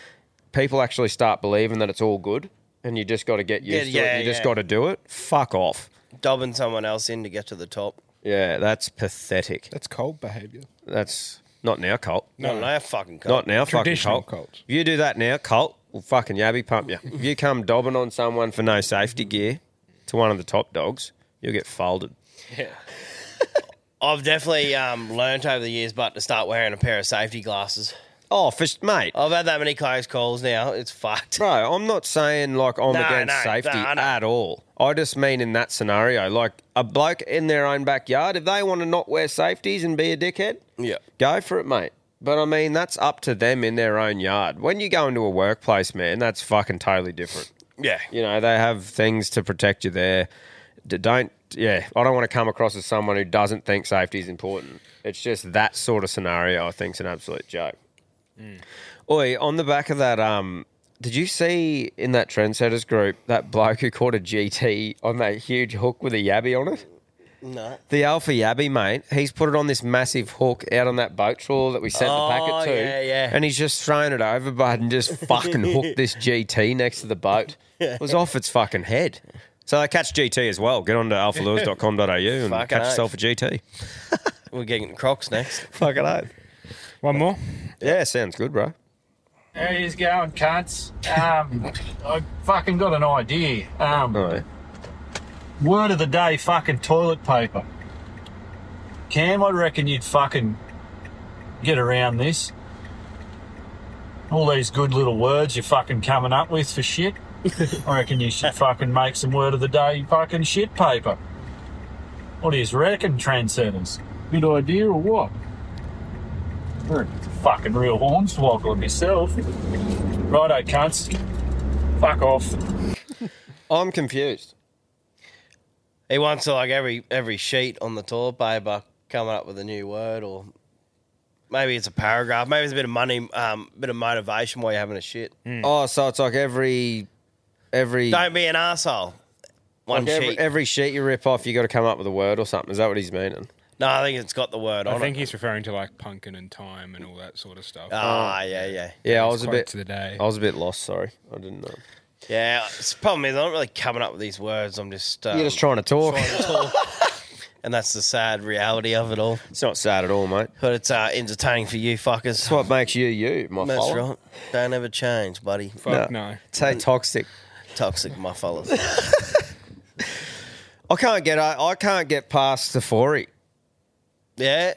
Speaker 2: people actually start believing that it's all good and you just got to get used
Speaker 1: Yeah,
Speaker 2: to
Speaker 1: yeah,
Speaker 2: it. You just
Speaker 1: yeah.
Speaker 2: got to do it. Fuck off.
Speaker 1: dobbing someone else in to get to the top.
Speaker 2: Yeah, that's pathetic.
Speaker 5: That's cold behaviour.
Speaker 2: That's not now cult.
Speaker 1: No, Not now fucking cult.
Speaker 2: Not now fucking
Speaker 1: Traditional
Speaker 2: cult.
Speaker 1: cult.
Speaker 2: If you do that now, cult will fucking yabby pump you. if you come dobbing on someone for no safety gear to one of the top dogs, you'll get folded.
Speaker 1: Yeah. I've definitely um, learnt over the years, but to start wearing a pair of safety glasses.
Speaker 2: Oh, for, mate.
Speaker 1: I've had that many close calls now. It's fucked.
Speaker 2: Bro, I'm not saying like I'm
Speaker 1: No,
Speaker 2: against
Speaker 1: no,
Speaker 2: safety
Speaker 1: no, I know.
Speaker 2: at all. I just mean in that scenario, like a bloke in their own backyard, if they want to not wear safeties and be a dickhead,
Speaker 1: Yeah.
Speaker 2: go for it, mate. But I mean, that's up to them in their own yard. When you go into a workplace, man, that's fucking totally different.
Speaker 1: Yeah.
Speaker 2: You know, they have things to protect you there. D- Don't, yeah, I don't want to come across as someone who doesn't think safety is important. It's just that sort of scenario, I think, is an absolute joke. Oi, on the back of that, um, did you see in that trendsetters group that bloke who caught a GT on that huge hook with a yabby on it?
Speaker 1: No.
Speaker 2: The Alpha Yabby, mate, he's put it on this massive hook out on that boat trawler that we sent the
Speaker 1: Oh,
Speaker 2: packet to.
Speaker 1: yeah, yeah.
Speaker 2: And he's just thrown it overboard and just fucking hooked this GT next to the boat. It was off its fucking head. So they catch GT as well. Get on to alphalures.com.au and
Speaker 1: Fucking
Speaker 2: catch
Speaker 1: oath.
Speaker 2: yourself a GT.
Speaker 1: We're getting Crocs next.
Speaker 2: Fucking oath.
Speaker 5: One more?
Speaker 2: Yeah, sounds good, bro.
Speaker 16: How yous going, cunts? Um, I fucking got an idea. Um, Word of the day, fucking toilet paper. Cam, I reckon you'd fucking get around this. All these good little words you're fucking coming up with for shit. I reckon you should fucking make some word of the day fucking shit paper. What do you reckon, trendsetters? Good idea or what? You're a fucking real hornswoggle myself. Righto, cunts. Fuck off.
Speaker 2: I'm confused.
Speaker 1: He wants to like every every sheet on the toilet paper coming up with a new word, or maybe it's a paragraph, maybe it's a bit of money, um, bit of motivation while you're having a shit.
Speaker 5: Hmm.
Speaker 2: Oh, so it's like every every
Speaker 1: Don't be an asshole. One
Speaker 2: like every,
Speaker 1: sheet.
Speaker 2: every sheet you rip off, you got to come up with a word or something. Is that what he's meaning?
Speaker 1: No, I think it's got the word
Speaker 5: I
Speaker 1: on
Speaker 5: think
Speaker 1: it.
Speaker 5: he's referring to like punkin and time and all that sort of stuff.
Speaker 1: Ah, yeah, yeah.
Speaker 2: Yeah, I
Speaker 5: It's
Speaker 2: was a
Speaker 5: quote
Speaker 2: bit
Speaker 5: to the day.
Speaker 2: I was a bit lost. Sorry, I didn't know.
Speaker 1: Yeah, it's the problem is I'm not really coming up with these words. I'm just um,
Speaker 2: You're just trying to talk.
Speaker 1: trying to talk. and that's the sad reality of it all.
Speaker 2: It's not sad at all, mate.
Speaker 1: But it's uh, entertaining for you fuckers. That's
Speaker 2: what makes you you, my
Speaker 1: That's
Speaker 2: fella.
Speaker 1: right. Don't ever change, buddy.
Speaker 2: Say toxic.
Speaker 1: Toxic, my fellas.
Speaker 2: I can't get I, I can't get past the Safori.
Speaker 1: Yeah.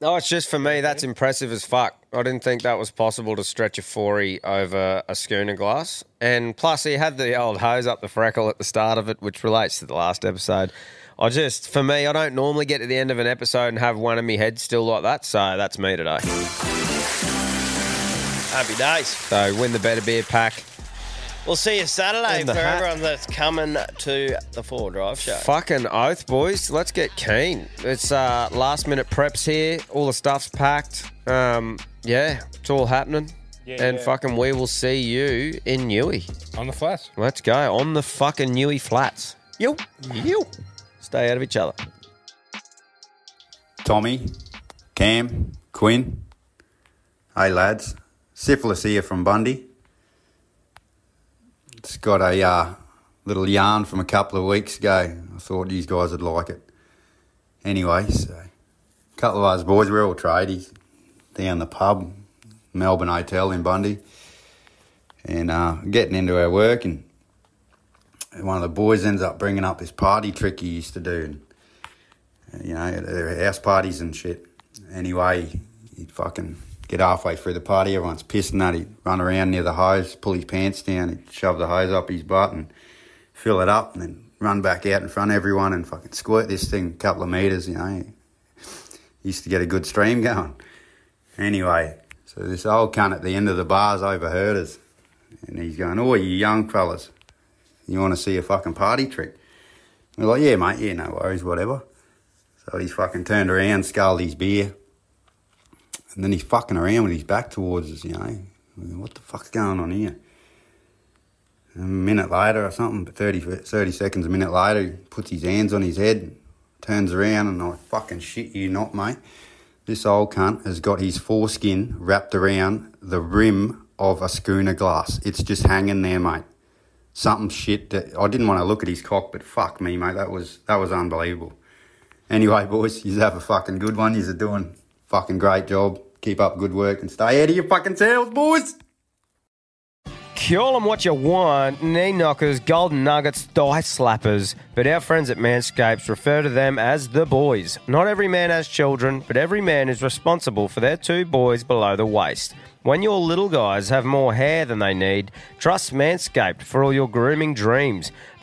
Speaker 2: No, it's just for me. That's impressive as fuck. I didn't think that was possible to stretch a forey over a schooner glass, and plus he had the old hose up the freckle at the start of it, which relates to the last episode. I just, for me, I don't normally get to the end of an episode and have one in my head still like that. So that's me today.
Speaker 1: Happy days.
Speaker 2: So win the better beer pack.
Speaker 1: We'll see you Saturday
Speaker 2: In
Speaker 1: for
Speaker 2: the hat.
Speaker 1: everyone that's coming to the Four Drive Show.
Speaker 2: Fucking oath, boys. Let's get keen. It's uh, last minute preps here. All the stuff's packed. Um, yeah, it's all happening.
Speaker 5: Yeah,
Speaker 2: and
Speaker 5: yeah.
Speaker 2: fucking, we will see you in Newey.
Speaker 5: On the flats.
Speaker 2: Let's go on the fucking Newey flats. Yo, yo. Stay out of each other.
Speaker 8: Tommy, Cam, Quinn. Hey lads, Syphilis here from Bundy. It's got a uh, little yarn from a couple of weeks ago. I thought these guys would like it. Anyway, so a couple of us boys, we're all tradies down the pub, Melbourne Hotel in Bundy, and uh, getting into our work. And one of the boys ends up bringing up this party trick he used to do, and you know, there were house parties and shit. Anyway, he'd fucking get halfway through the party, everyone's pissing at him, run around near the hose, pull his pants down, he'd shove the hose up his butt and fill it up, and then run back out in front of everyone and fucking squirt this thing a couple of meters, you know. Used to get a good stream going. Anyway, so this old cunt at the end of the bar's overheard us, and he's going, "Oh, you young fellas, you want to see a fucking party trick?" We're like, "Yeah, mate, yeah, no worries, whatever." So he's fucking turned around, sculled his beer, and then he's fucking around with his back towards us, you know. What the fuck's going on here? A minute later or something, but 30, 30 seconds, a minute later, he puts his hands on his head, turns around, and I fucking shit you not, mate. This old cunt has got his foreskin wrapped around the rim of a schooner glass. It's just hanging there, mate. Something shit that I didn't want to look at his cock, but fuck me, mate. That was that was unbelievable. Anyway, boys, you have a fucking good one. You're doing fucking great job. Keep up good work and stay out of your fucking tails, boys.
Speaker 2: Call them what you want, knee knockers, golden nuggets, dice slappers. But our friends at Manscapes refer to them as the boys. Not every man has children, but every man is responsible for their two boys below the waist. When your little guys have more hair than they need, trust Manscaped for all your grooming dreams.